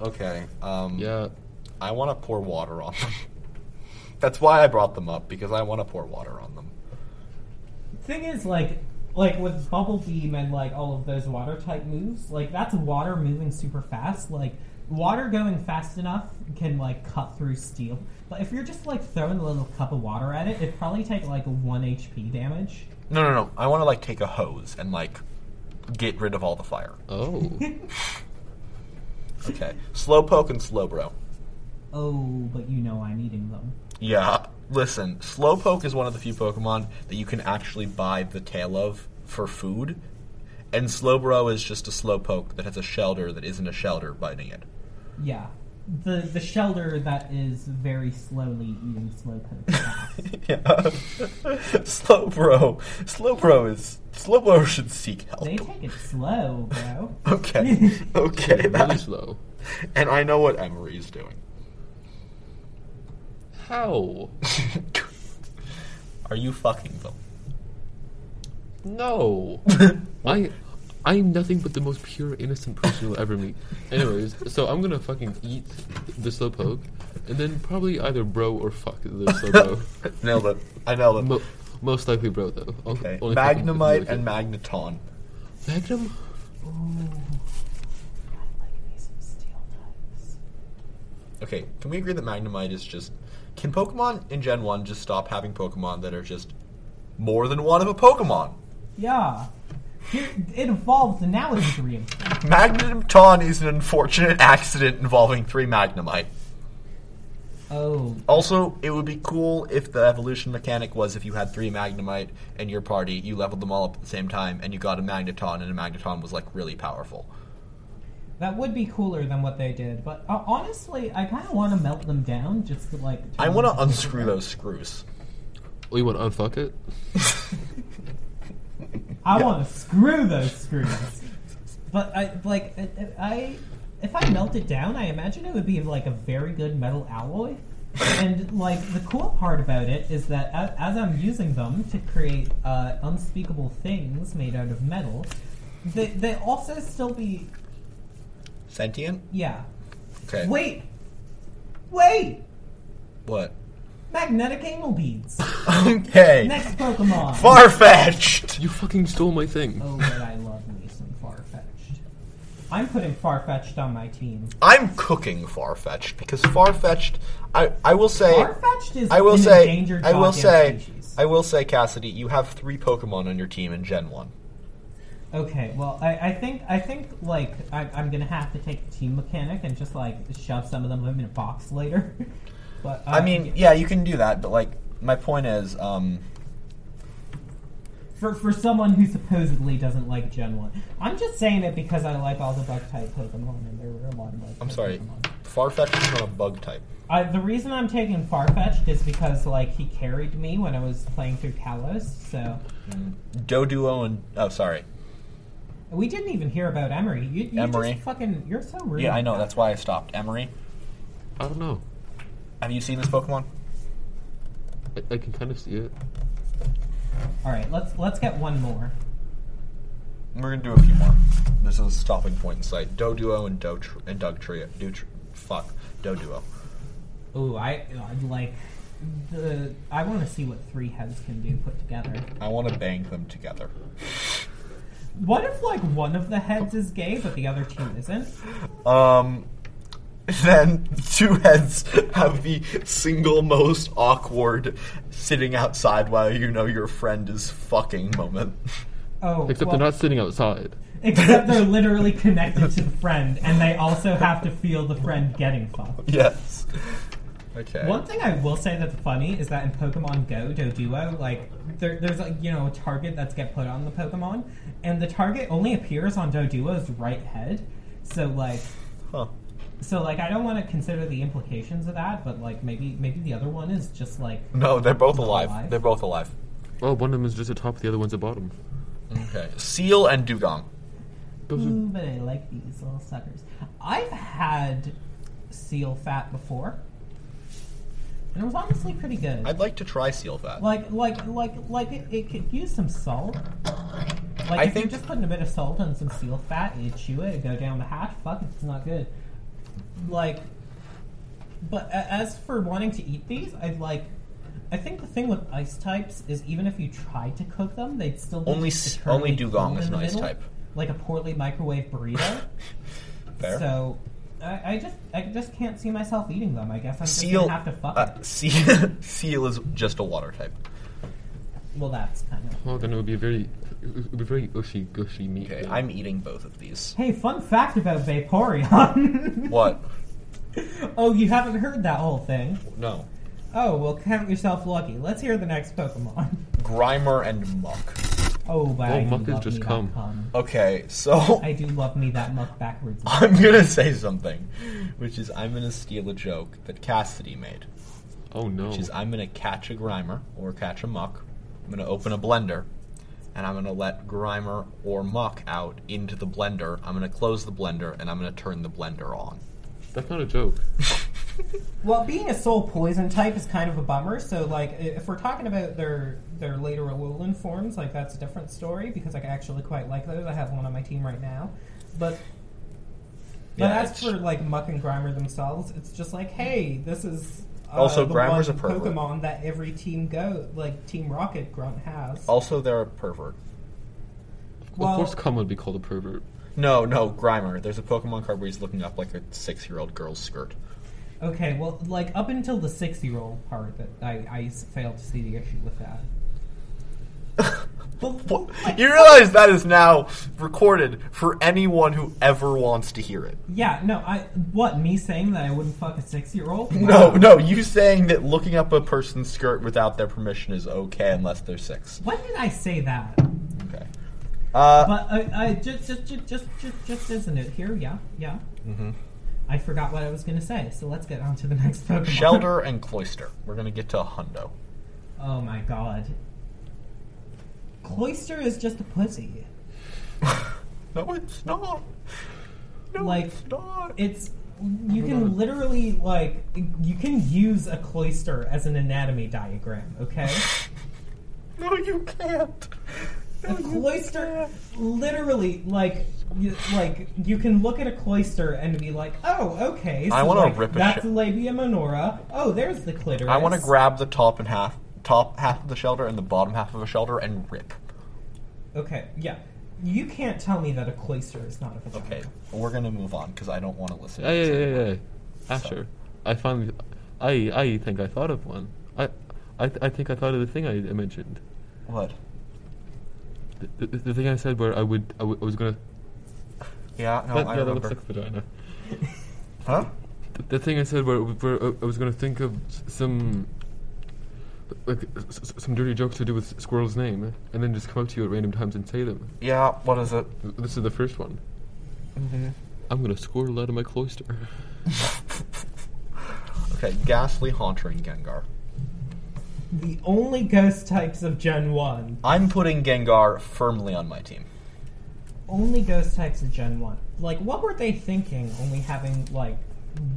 B: Okay. Um,
C: Yeah.
B: I want to pour water on them. (laughs) That's why I brought them up because I want to pour water on them.
A: thing is like like with bubble beam and like all of those water type moves like that's water moving super fast like water going fast enough can like cut through steel but if you're just like throwing a little cup of water at it it'd probably take like 1 hp damage
B: No, no, no. I want to like take a hose and like get rid of all the fire. (laughs)
C: Oh.
B: Okay. Slowpoke and Slowbro.
A: oh but you know i'm eating them
B: Yeah. Listen, Slowpoke is one of the few Pokemon that you can actually buy the tail of for food, and Slowbro is just a Slowpoke that has a shelter that isn't a shelter biting it.
A: yeah the the shelter that is very slowly eating slow
B: (laughs) yeah. Slowbro. Slowbro is Slowbro should seek help.
A: they take it slow bro
B: (laughs) Okay. Okay.
C: really
B: that-
C: slow.
B: and I know what Emery is doing.
C: How?
B: (laughs) Are you fucking them?
C: No. I I am nothing but the most pure, innocent person you'll ever meet. Anyways, so I'm gonna fucking eat the slowpoke, and then probably either bro or fuck
B: (laughs)
C: the slowpoke.
B: Nailed it. I nailed it.
C: Mo- most likely bro though. I'll-
B: okay.
C: only fucking
B: Magnemite
C: really
B: and Magneton.
C: good. Magnum.
B: Okay, can we agree that Magnemite is just. Can Pokemon in Gen 1 just stop having Pokemon that are just more than one of a Pokemon?
A: Yeah. Here, it evolves and now it's a dream.
B: Magneton is an unfortunate accident involving three Magnemite.
A: Oh,
B: Also, it would be cool if the evolution mechanic was if you had three Magnemite in your party, you leveled them all up at the same time, and you got a Magneton, and a Magneton was like really powerful.
A: that would be cooler than what they did. But uh, honestly, I kind of want to melt them down just to like. turn
B: I uh, want
A: them
B: to unscrew those screws.
C: Oh, you want to unfuck it?
A: I want to screw those screws. but I like I- I if I melt it down, I imagine it would be like a very good metal alloy. and like the cool part about it is that as, as I'm using them to create uh, unspeakable things made out of metal, they they also still be
B: Sentient?
A: yeah.
B: Okay.
A: Wait, wait,
B: What? (laughs)
A: magnetic anal beads.
B: Okay.
A: Next Pokemon.
B: Far fetched!
C: You fucking stole my thing.
A: oh, but I love me some Farfetch'd. I'm putting Farfetch'd on my team.
B: I'm cooking far fetched because far fetched. I, I will say.
A: Farfetch'd is
B: I will
A: an
B: say.
A: endangered
B: I will
A: goddamn
B: say.
A: species.
B: I will say, Cassidy, you have three Pokemon on your team in Gen 1.
A: okay, well, I, I think I think like I, I'm gonna have to take the team mechanic and just like shove some of them in a box later. (laughs) but uh,
B: I mean, yeah, you can do that, but like, my point is, um,
A: for for someone who supposedly doesn't like Gen One, I'm just saying it because I like all the bug type Pokemon, and there were a lot of bug.
B: I'm
A: type
B: sorry,
A: Pokemon.
B: Farfetch'd is not a bug type.
A: I, the reason I'm taking Farfetch'd is because like he carried me when I was playing through Kalos, so
B: Doduo and oh, sorry.
A: we didn't even hear about Emery. You, you
B: Emery.
A: just fucking you're so rude.
B: Yeah, I know. That's why I stopped. Emery,
C: I don't know.
B: have you seen this Pokemon?
C: I, I can kind of see it.
A: All right, let's let's get one more.
B: We're gonna do a few more. This is a stopping point in sight. Doduo and Do and Doug Trio. Do fuck Doduo.
A: Ooh, I I'd like the I want to see what three heads can do put together.
B: I want to bang them together.
A: What if like one of the heads is gay but the other two isn't?
B: Um, (laughs) then two heads have the single most awkward sitting outside while you know your friend is fucking moment. (laughs)
A: Oh,
C: Except
A: well,
C: they're not sitting outside.
A: Except they're literally connected to the friend, and they also have to feel the friend getting fucked.
B: Yes. Okay.
A: One thing I will say that's funny is that in Pokemon Go, Doduo, like there, there's like you know a target that's get put on the Pokemon, and the target only appears on Doduo's right head. So like,
B: Huh.
A: so like I don't want to consider the implications of that, but like maybe maybe the other one is just like
B: No, they're both alive.
A: alive?
B: They're both alive.
C: Well, one of them is just at top, the other one's at bottom.
B: Okay. Seal and dugong.
C: Those are-
B: Mm.
A: ooh, but I like these little suckers. I've had seal fat before, and it was honestly pretty good.
B: I'd like to try seal fat.
A: Like, like, like, like, it, it could use some salt. Like,
B: I
A: if
B: think-
A: you're just putting a bit of salt and some seal fat and you chew it, it go down the hatch. Fuck, it's not good. Like, but a- as for wanting to eat these, I'd like. I think the thing with ice types is even if you tried to cook them, they'd still be
B: Only s-
A: eternally
B: only dugong
A: cold
B: is
A: in
B: an
A: the
B: ice
A: middle,
B: type.
A: like a poorly microwave burrito.
B: (laughs) Fair.
A: So, I, I just I just can't see myself eating them. I guess I'm just
B: seal.
A: gonna have to fuck
B: uh,
A: it.
B: seal. (laughs) seal is just a water type.
A: Well, that's kind of
C: Well, then it would be a very, it would be very ushy, gushy meat.
B: Okay.
C: then.
B: I'm eating both of these.
A: Hey, fun fact about Vaporeon. (laughs)
B: What?
A: oh, you haven't heard that whole thing.
B: No.
A: Oh, well, count yourself lucky. Let's hear the next Pokemon. (laughs)
B: Grimer and muck.
A: Oh, but I
C: Oh,
A: do
C: Muck has
A: love
C: just
A: me
C: come.
A: that cum.
B: Okay. So (laughs)
A: I do love me that muck backwards.
B: I'm gonna say something, which is I'm gonna steal a joke that Cassidy made,
C: Oh no.
B: which is I'm gonna catch a Grimer or catch a muck. I'm gonna open a blender, and I'm gonna let Grimer or muck out into the blender. I'm gonna close the blender, and I'm gonna turn the blender on.
C: That's not a joke.
A: Well, being a soul poison type is kind of a bummer. So, like, i- if we're talking about their their later Alolan forms, like that's a different story because I actually quite like those. I have one on my team right now, but. But
E: Yeah,
A: as
E: it's-
A: for like Muck and Grimer themselves, it's just like, hey, this is uh,
B: Also,
A: the
B: Grimer's
A: one
B: a pervert.
A: Pokemon that every team go like Team Rocket Grunt has.
B: Also, they're a pervert.
A: Well-
C: of course, Cum would be called a pervert.
B: No, no, Grimer. There's a Pokemon card where he's looking up like a six-year-old girl's skirt.
A: Okay, well, like up until the six-year-old part, that I, I s- failed to see the issue with that.
B: What? (laughs) You realize that is now recorded for anyone who ever wants to hear it.
A: Yeah, no, I what me saying that I wouldn't fuck a six-year-old?
B: (laughs) No, no, you saying that looking up a person's skirt without their permission is okay unless they're six.
A: When did I say that?
B: Okay. Uh,
A: But I, I just, just, just, just, just, just as a note here, yeah, yeah. Mm-hmm. I forgot what I was gonna say, so let's get on to the (laughs) next Pokemon.
B: Shelter and Cloister. We're gonna get to Hundo.
A: Oh my god. Cloister is just a pussy.
B: No, it's not. No,
A: Like,
B: it's not.
A: It's you can literally like you can use a cloister as an anatomy diagram.
B: (laughs)
A: Okay.
B: no, you can't.
A: a cloister literally like you, like you can look at a cloister and be like oh okay so
B: I wanna
A: like,
B: rip a
A: that's
B: shi-
A: labia minora oh there's the clitoris
B: I want to grab the top and half, top half of the shelter and the bottom half of a shelter and rip.
A: okay yeah you can't tell me that a cloister is not a vagina
B: Okay, we're gonna move on because I don't want to listen. to
C: Hey,
B: this
C: hey,
B: anymore.
C: hey, hey. Asher, I finally, I, I think I thought of one. I, I, th- I think I thought of the thing I I mentioned.
B: What?
C: The, the, the thing I said where I would, I, w- I was gonna.
B: Yeah, no,
C: that,
B: I
C: yeah, that
B: remember.
C: looks like a vagina.
B: Huh?
C: The, the thing I said where, where I I was gonna think of s- some, like s- s- some dirty jokes to do with Squirrel's name, and then just come up to you at random times and say them.
B: Yeah. What is it?
C: This is the first one.
B: Mm-hmm.
C: I'm gonna squirrel out of my cloister.
B: Okay, Ghastly, Haunter, and Gengar.
A: the only ghost types of gen 1
B: I'm putting Gengar firmly on my team.
A: only ghost types of gen 1 like what were they thinking only having like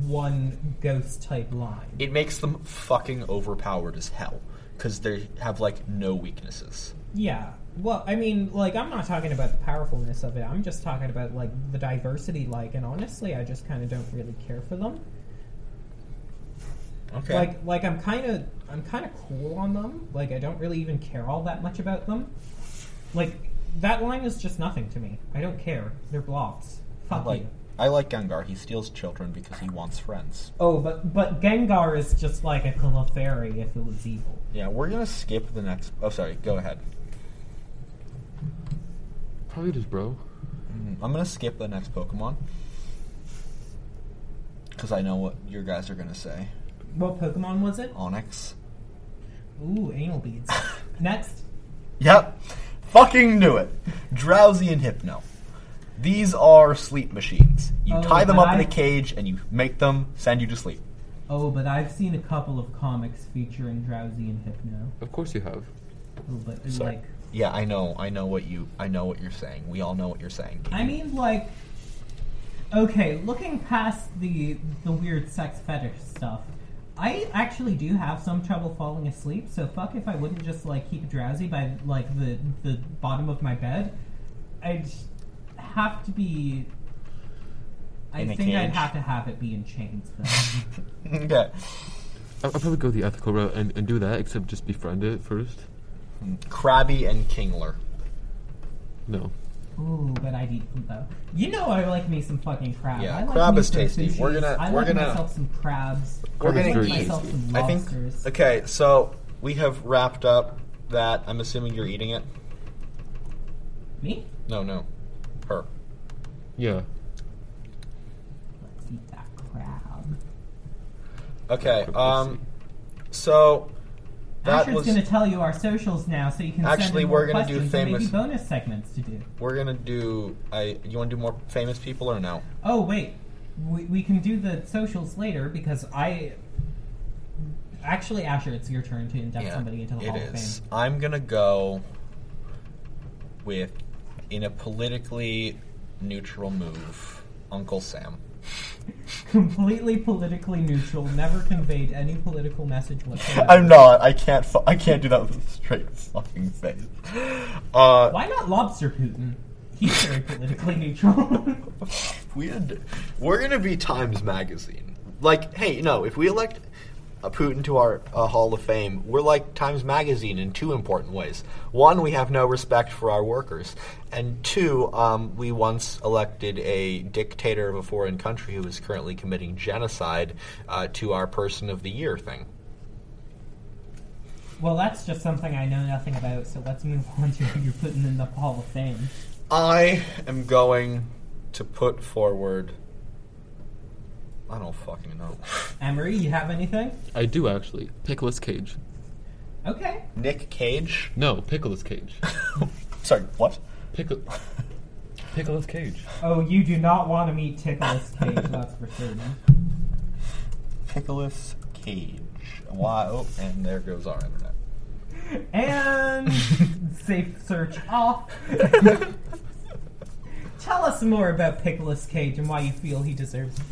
A: one ghost type line
B: It makes them fucking overpowered as hell because they have like no weaknesses.
A: Yeah. Well, I mean, like, I'm not talking about the powerfulness of it. I'm just talking about, like, the diversity, like, and honestly, I just kind of don't really care for them.
B: Okay.
A: Like, like I'm kind of, I'm kind of cool on them. Like, I don't really even care all that much about them. Like, that line is just nothing to me. I don't care. They're blocks. Fuck
B: like
A: you.
B: I like Gengar. He steals children because he wants friends.
A: Oh, but but Gengar is just like a Clefairy if it was evil.
B: Yeah, we're gonna skip the next. Oh, sorry. Go ahead.
C: Probably just bro.
B: Mm, I'm gonna skip the next Pokemon because I know what your guys are gonna say.
A: What Pokemon was it?
B: Onyx.
A: Ooh, anal
B: (laughs)
A: beads. Next.
B: Yep. Fucking knew it. Drowsy and Hypno. These are sleep machines. You
A: Oh,
B: tie them
A: but
B: up in
A: I-
B: a cage and you make them send you to sleep.
A: Oh, but I've seen a couple of comics featuring Drowsy and Hypno.
C: Of course you have.
A: Oh, but it's
B: Sorry.
A: like,
B: Yeah, I know. I know what you. I know what you're saying. We all know what you're saying.
A: I mean, like, okay, looking past the the weird sex fetish stuff, I actually do have some trouble falling asleep. So fuck if I wouldn't just like keep drowsy by like the the bottom of my bed. I'd have to be. I
B: In a
A: think I'd
B: cage.
A: have to have it be in chains, though.
B: (laughs) okay.
C: I- I'll probably go the ethical route and, and do that, except just befriend it first.
B: Krabby and Kingler.
C: No.
A: Ooh, but I'd eat them though. You know I like me some fucking crab.
B: Yeah,
A: I like
B: crab
A: me
B: is
A: some
B: tasty.
A: sushis.
B: We're gonna-
A: I
B: we're
A: like
B: gonna-
A: myself some crabs.
B: We're
A: I
B: gonna
A: like
C: eat-
A: myself some
B: I think.
A: lobsters.
B: Okay, so we have wrapped up that. I'm assuming you're eating it.
A: Me?
B: No, no, her.
C: Yeah.
A: Let's eat that crab.
B: Okay.
C: Quick, let's
B: Um.
C: see.
B: So that
A: Asher's
B: was.
A: gonna tell you our socials now, so you can send
B: Actually,
A: in
B: we're
A: more
B: gonna do
A: questions and maybe
B: famous-
A: bonus segments to do.
B: We're gonna do. I. You want to do more famous people or no?
A: Oh wait, we, we can do the socials later because I. Actually, Asher, it's your turn to induct somebody into the Hall
B: It
A: of
B: is.
A: Fame.
B: I'm gonna go with, in a politically neutral move, Uncle Sam.
A: completely politically neutral, never conveyed any political
B: (laughs)
A: message whatsoever.
B: (laughs) I'm not. I can't. Fu- I can't do that with a straight fucking face. Uh,
A: Why not Lobster Putin? He's very politically neutral. (laughs)
B: (laughs) weird. We're gonna be Times Magazine. Like, hey, no. If we elect uh, Putin to our uh, Hall of Fame, we're like Times Magazine in two important ways. One, we have no respect for our workers, and two, um, we once elected a dictator of a foreign country who is currently committing genocide uh, to our Person of the Year thing.
A: well, that's just something I know nothing about, so let's move on to who you're putting in the Hall of Fame.
B: I am going to put forward. I don't fucking know.
A: Emery, you have anything?
C: I do actually. Pickles Cage.
A: Okay.
B: Nick Cage.
C: No, Pickles (laughs) Cage.
B: Sorry, what?
C: Pickle. Pickles Cage.
A: Oh, you do not want to meet Tickle's Cage, that's for certain.
B: Pickles Cage. Why? Oh, and there goes our internet.
A: And safe search off. Tell us more about Pickles Cage and why you feel he deserves it.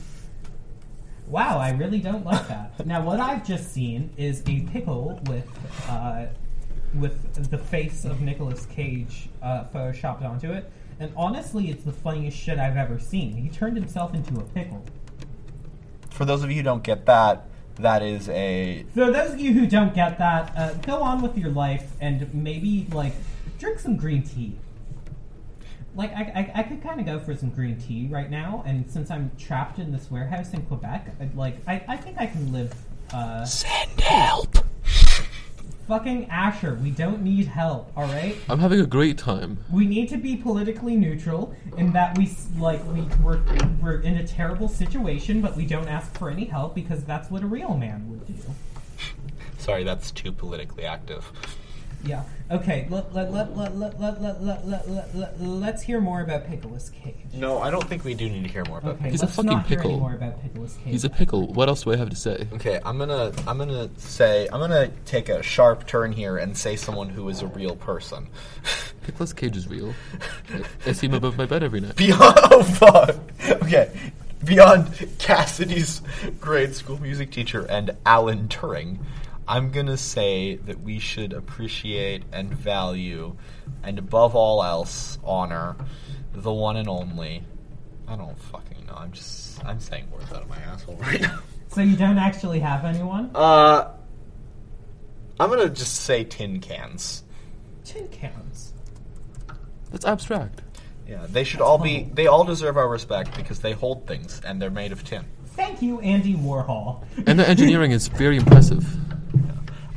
A: Wow, I really don't like that. Now, what I've just seen is a pickle with uh, with the face of Nicolas Cage uh, photoshopped onto it, and honestly, it's the funniest shit I've ever seen. He turned himself into a pickle.
B: For those of you who don't get that, that is a.
A: For those of you who don't get that, uh, go on with your life and maybe like drink some green tea. Like I, I, I could kind of go for some green tea right now, and since I'm trapped in this warehouse in Quebec, I'd like I, I think I can live. Uh,
B: Send help!
A: fucking Asher, we don't need help. All right,
C: I'm having a great time.
A: we need to be politically neutral in that we s- like we we're, we're in a terrible situation, but we don't ask for any help because that's what a real man would do.
B: Sorry, that's too politically active.
A: Yeah. Okay. Let let let let let let let let let let let's hear more about Pickles Cage.
B: No, I don't think we do need to hear more about
A: Okay.
B: Pickles.
C: He's a
A: let's
C: fucking
A: not hear
C: pickle.
A: any more about Pickles Cage.
C: He's a pickle. What else do I have to say?
B: Okay, I'm gonna I'm gonna say I'm gonna take a sharp turn here and say someone who is a real person. (laughs)
C: Pickles Cage is real. I, I see him above my bed every night.
B: Beyond (laughs) oh fuck. Okay. Beyond Cassidy's grade school music teacher and Alan Turing, I'm gonna say that we should appreciate and value and above all else honor the one and only I don't fucking know, I'm just I'm saying words out of my asshole (laughs) right now.
A: so you don't actually have anyone?
B: Uh I'm gonna just say tin cans.
A: Tin cans.
C: That's abstract.
B: Yeah, they should all be.
A: humble.
B: They all deserve our respect because they hold things and they're made of tin.
A: Thank you, Andy Warhol.
C: And the engineering is very impressive.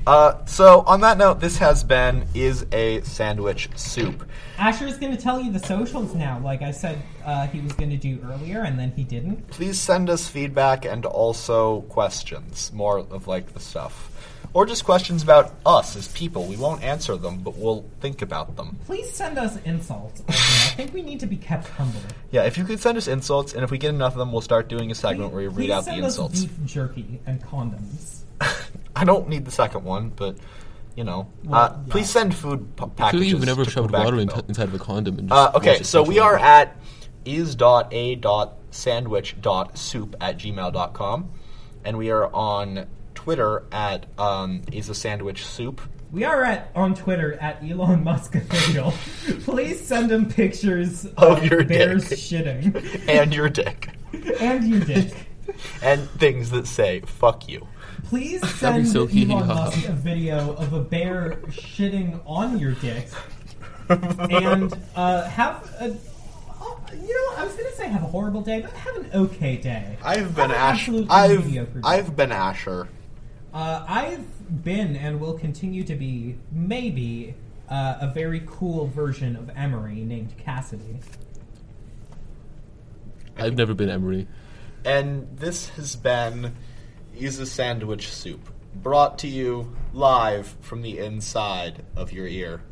B: Uh, so on that note, this has been is a sandwich soup.
A: Asher's going to tell you the socials now, like I said uh, he was going to do earlier, and then he didn't.
B: Please send us feedback and also questions, more of like the stuff, or just questions about us as people. We won't answer them, but we'll think about them.
A: Please send us insults. Okay, I think we need to be kept humble.
B: Yeah, if you could send us insults, and if we get enough of them, we'll start doing a segment where we
A: Please
B: read out the
A: send us
B: insults.
A: beef jerky and condoms.
B: I don't need the second one, but you know,
A: Well,
B: uh,
A: yeah.
B: please send food p- packages.
C: Clearly, you've never
B: to
C: shoved
B: Quebec,
C: water in
B: though.
C: inside of a condom. And
B: Uh,
C: just
B: okay,
C: watched
B: so
C: it
B: we
C: centralize.
B: are at is.a.sandwich.soup at gmail.com, and we are on Twitter at um, is a sandwich soup. (laughs)
A: We are at on Twitter at Elon Musk official. (laughs) Please send him pictures
B: Of
A: of
B: Oh, your
A: bears
B: dick.
A: shitting
B: And your dick.
A: and your dick.
B: and things that say, fuck you.
A: Please
C: (laughs) That'd
A: send
C: be so hee hee
A: Elon
C: ha ha.
A: Musk a video of a bear shitting on your dick, and uh, have a. oh, You know, I was gonna say have a horrible day, but have an okay day.
B: (laughs) I've been
A: Have an
B: Asher.
A: absolutely mediocre
B: I've,
A: day.
B: I've been Asher.
A: Uh, I've been and will continue to be maybe uh, a very cool version of Emery named Cassidy.
C: I've never been Emery.
B: And this has been Is a Sandwich Soup, brought to you live from the inside of your ear.